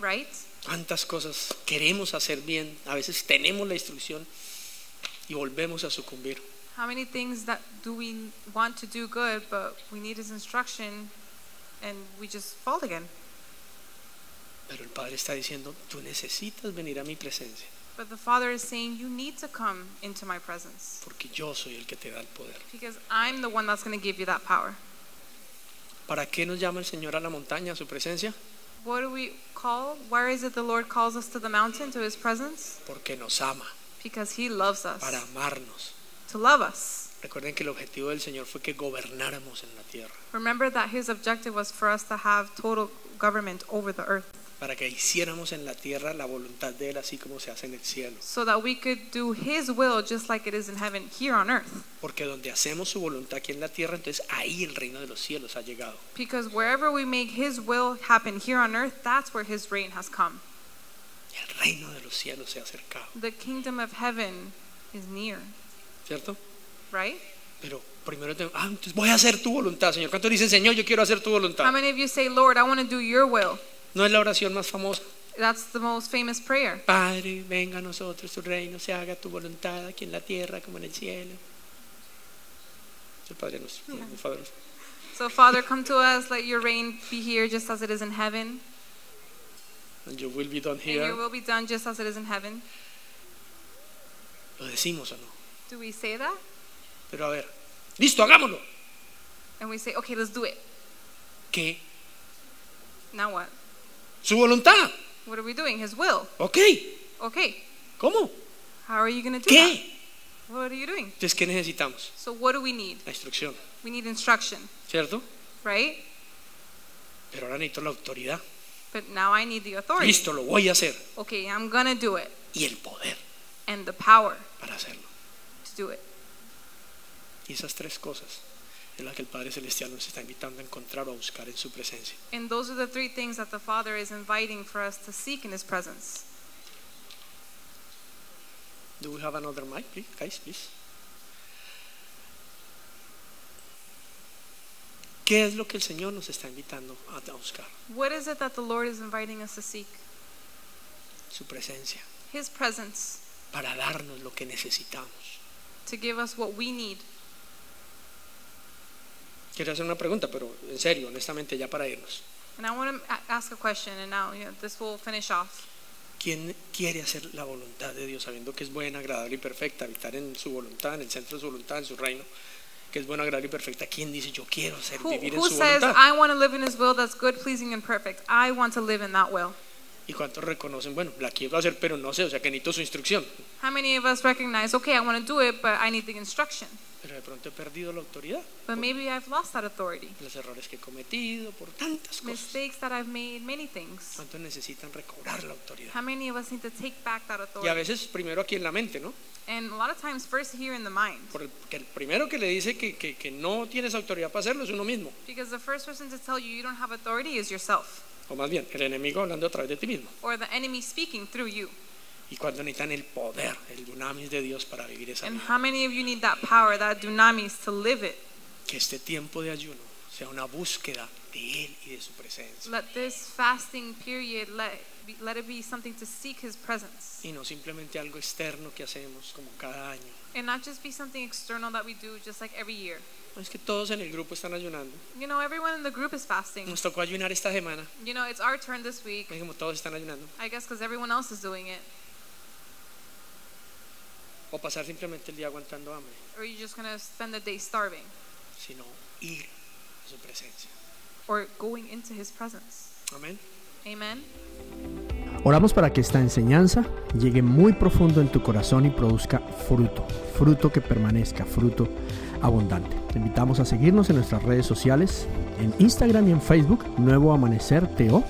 Speaker 3: right?
Speaker 2: ¿Cuántas cosas queremos hacer bien? A veces tenemos la instrucción y volvemos a sucumbir.
Speaker 3: How many things that do we want to do good, but we need his instruction and we just fall again?
Speaker 2: Pero el Padre está diciendo, tú necesitas venir a mi presencia
Speaker 3: But the Father is saying, You need to come into my presence
Speaker 2: porque yo soy el que te da el poder.
Speaker 3: because I'm the one that's going to give you that power.
Speaker 2: ¿Para qué nos llama el Señor a la montaña, a su presencia?
Speaker 3: What do we call? Where is it the Lord calls us to the mountain, to his presence?
Speaker 2: Porque nos ama,
Speaker 3: Because he loves us,
Speaker 2: para amarnos.
Speaker 3: to love us.
Speaker 2: Recuerden que el objetivo del Señor fue que gobernáramos en la tierra,
Speaker 3: Remember that his objective was for us to have total government over the earth
Speaker 2: para que hiciéramos en la tierra la voluntad de Él así como se hace en el cielo.
Speaker 3: so that we could do his will just like it is in heaven here on earth.
Speaker 2: Porque donde hacemos su voluntad aquí en la tierra, entonces ahí el reino de los cielos ha llegado.
Speaker 3: Because wherever we make his will happen here on earth, that's where his reign has come.
Speaker 2: El reino de los cielos se ha acercado,
Speaker 3: The kingdom of heaven is near,
Speaker 2: ¿cierto?
Speaker 3: right?
Speaker 2: Pero primero tengo, ah, entonces voy a hacer tu voluntad, Señor. ¿Cuántos dicen, Señor, yo quiero hacer tu
Speaker 3: How
Speaker 2: voluntad?
Speaker 3: many of you say, Lord, I want to do your will?
Speaker 2: No es la oración más famosa.
Speaker 3: That's the most famous prayer.
Speaker 2: Padre, venga a nosotros tu reino, se haga tu voluntad aquí en la tierra como en el cielo. El Padre nuestro, el Padre nuestro.
Speaker 3: So, Father, come to us. Let your reign be here just as it is in heaven.
Speaker 2: And you will be done
Speaker 3: And
Speaker 2: here.
Speaker 3: your will be done just as it is in heaven.
Speaker 2: Lo decimos o no.
Speaker 3: Do we say that?
Speaker 2: Pero a ver, listo, hagámoslo.
Speaker 3: And we say, okay, let's do it.
Speaker 2: ¿Qué?
Speaker 3: Now what?
Speaker 2: Su voluntad.
Speaker 3: What are we doing? His will.
Speaker 2: Ok.
Speaker 3: Okay.
Speaker 2: ¿Cómo?
Speaker 3: How are you going to do that?
Speaker 2: ¿Qué?
Speaker 3: What are you doing?
Speaker 2: Entonces, ¿qué necesitamos?
Speaker 3: So, what do we need?
Speaker 2: La instrucción,
Speaker 3: We need instruction,
Speaker 2: ¿cierto?
Speaker 3: right?
Speaker 2: Pero ahora necesito la autoridad.
Speaker 3: But now I need the authority.
Speaker 2: Listo, lo voy a hacer.
Speaker 3: Okay, I'm going to do it.
Speaker 2: Y el poder
Speaker 3: And the power
Speaker 2: para hacerlo.
Speaker 3: to do it.
Speaker 2: Y esas tres cosas en las que el Padre Celestial nos está invitando a encontrar o a buscar en su presencia.
Speaker 3: And those are the three things that the Father is inviting for us to seek in His presence.
Speaker 2: Do we have another mic, please, guys, please? ¿Qué es lo que el Señor nos está invitando a a buscar?
Speaker 3: What is it that the Lord is inviting us to seek?
Speaker 2: Su presencia,
Speaker 3: His presence
Speaker 2: para darnos lo que necesitamos.
Speaker 3: to give us what we need.
Speaker 2: Quiero hacer una pregunta, pero en serio, honestamente, ya para irnos.
Speaker 3: And I want to ask a question, and now you know, this will finish off.
Speaker 2: quien quiere hacer la voluntad de Dios, sabiendo que es buena, agradable y perfecta, habitar en su voluntad, en el centro de su voluntad, en su reino, que es buena, agradable y perfecta, ¿quién dice yo quiero ser,
Speaker 3: Who,
Speaker 2: vivir en
Speaker 3: who
Speaker 2: su
Speaker 3: says,
Speaker 2: voluntad?
Speaker 3: I want to live in his will that's good, pleasing, and perfect? I want to live in that will.
Speaker 2: ¿Y cuántos reconocen, bueno, la quiero hacer, pero no sé, o sea, que necesito su instrucción?
Speaker 3: How many of us recognize, okay, I want to do it, but I need the instruction?
Speaker 2: Pero de pronto he perdido la autoridad,
Speaker 3: But maybe I've lost that authority.
Speaker 2: los errores que he cometido, por tantas cosas.
Speaker 3: Mistakes that I've made, many things.
Speaker 2: ¿Cuántos necesitan recobrar la autoridad?
Speaker 3: How many of us need to take back that
Speaker 2: Y a
Speaker 3: authority?
Speaker 2: veces primero aquí en la mente, ¿no?
Speaker 3: And a lot of times, first here in the mind.
Speaker 2: Porque el primero que le dice que, que- que no tienes autoridad para hacerlo es uno mismo,
Speaker 3: Because the first person to tell you you don't have authority is yourself,
Speaker 2: o más bien, el enemigo hablando a través de ti mismo.
Speaker 3: or the enemy speaking through you.
Speaker 2: Y cuando necesitan el poder, el dunamis de Dios para vivir esa
Speaker 3: And
Speaker 2: vida.
Speaker 3: how many of you need that power, that dunamis, to live it?
Speaker 2: Que este tiempo de ayuno sea una búsqueda de Él y de su presencia.
Speaker 3: Let this fasting period let be, let it be something to seek His presence,
Speaker 2: Y no simplemente algo externo que hacemos como cada año.
Speaker 3: and not just be something external that we do just like every year.
Speaker 2: No, Es que todos en el grupo están ayunando.
Speaker 3: You know, everyone in the group is fasting.
Speaker 2: Nos tocó ayunar esta semana.
Speaker 3: You know, it's our turn this week,
Speaker 2: Es como todos están ayunando.
Speaker 3: I guess, because everyone else is doing it.
Speaker 2: O pasar simplemente el día aguantando hambre,
Speaker 3: Or you're just gonna spend the day starving,
Speaker 2: sino ir a su presencia.
Speaker 3: or going into His presence.
Speaker 2: Amén.
Speaker 3: Amen.
Speaker 1: Oramos para que esta enseñanza llegue muy profundo en tu corazón y produzca fruto, fruto que permanezca, fruto abundante. Te invitamos a seguirnos en nuestras redes sociales, en Instagram y en Facebook, Nuevo Amanecer TO,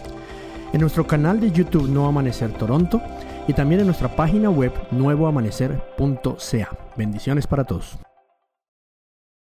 Speaker 1: en nuestro canal de YouTube Nuevo Amanecer Toronto y también en nuestra página web nuevoamanecer.ca. Bendiciones para todos.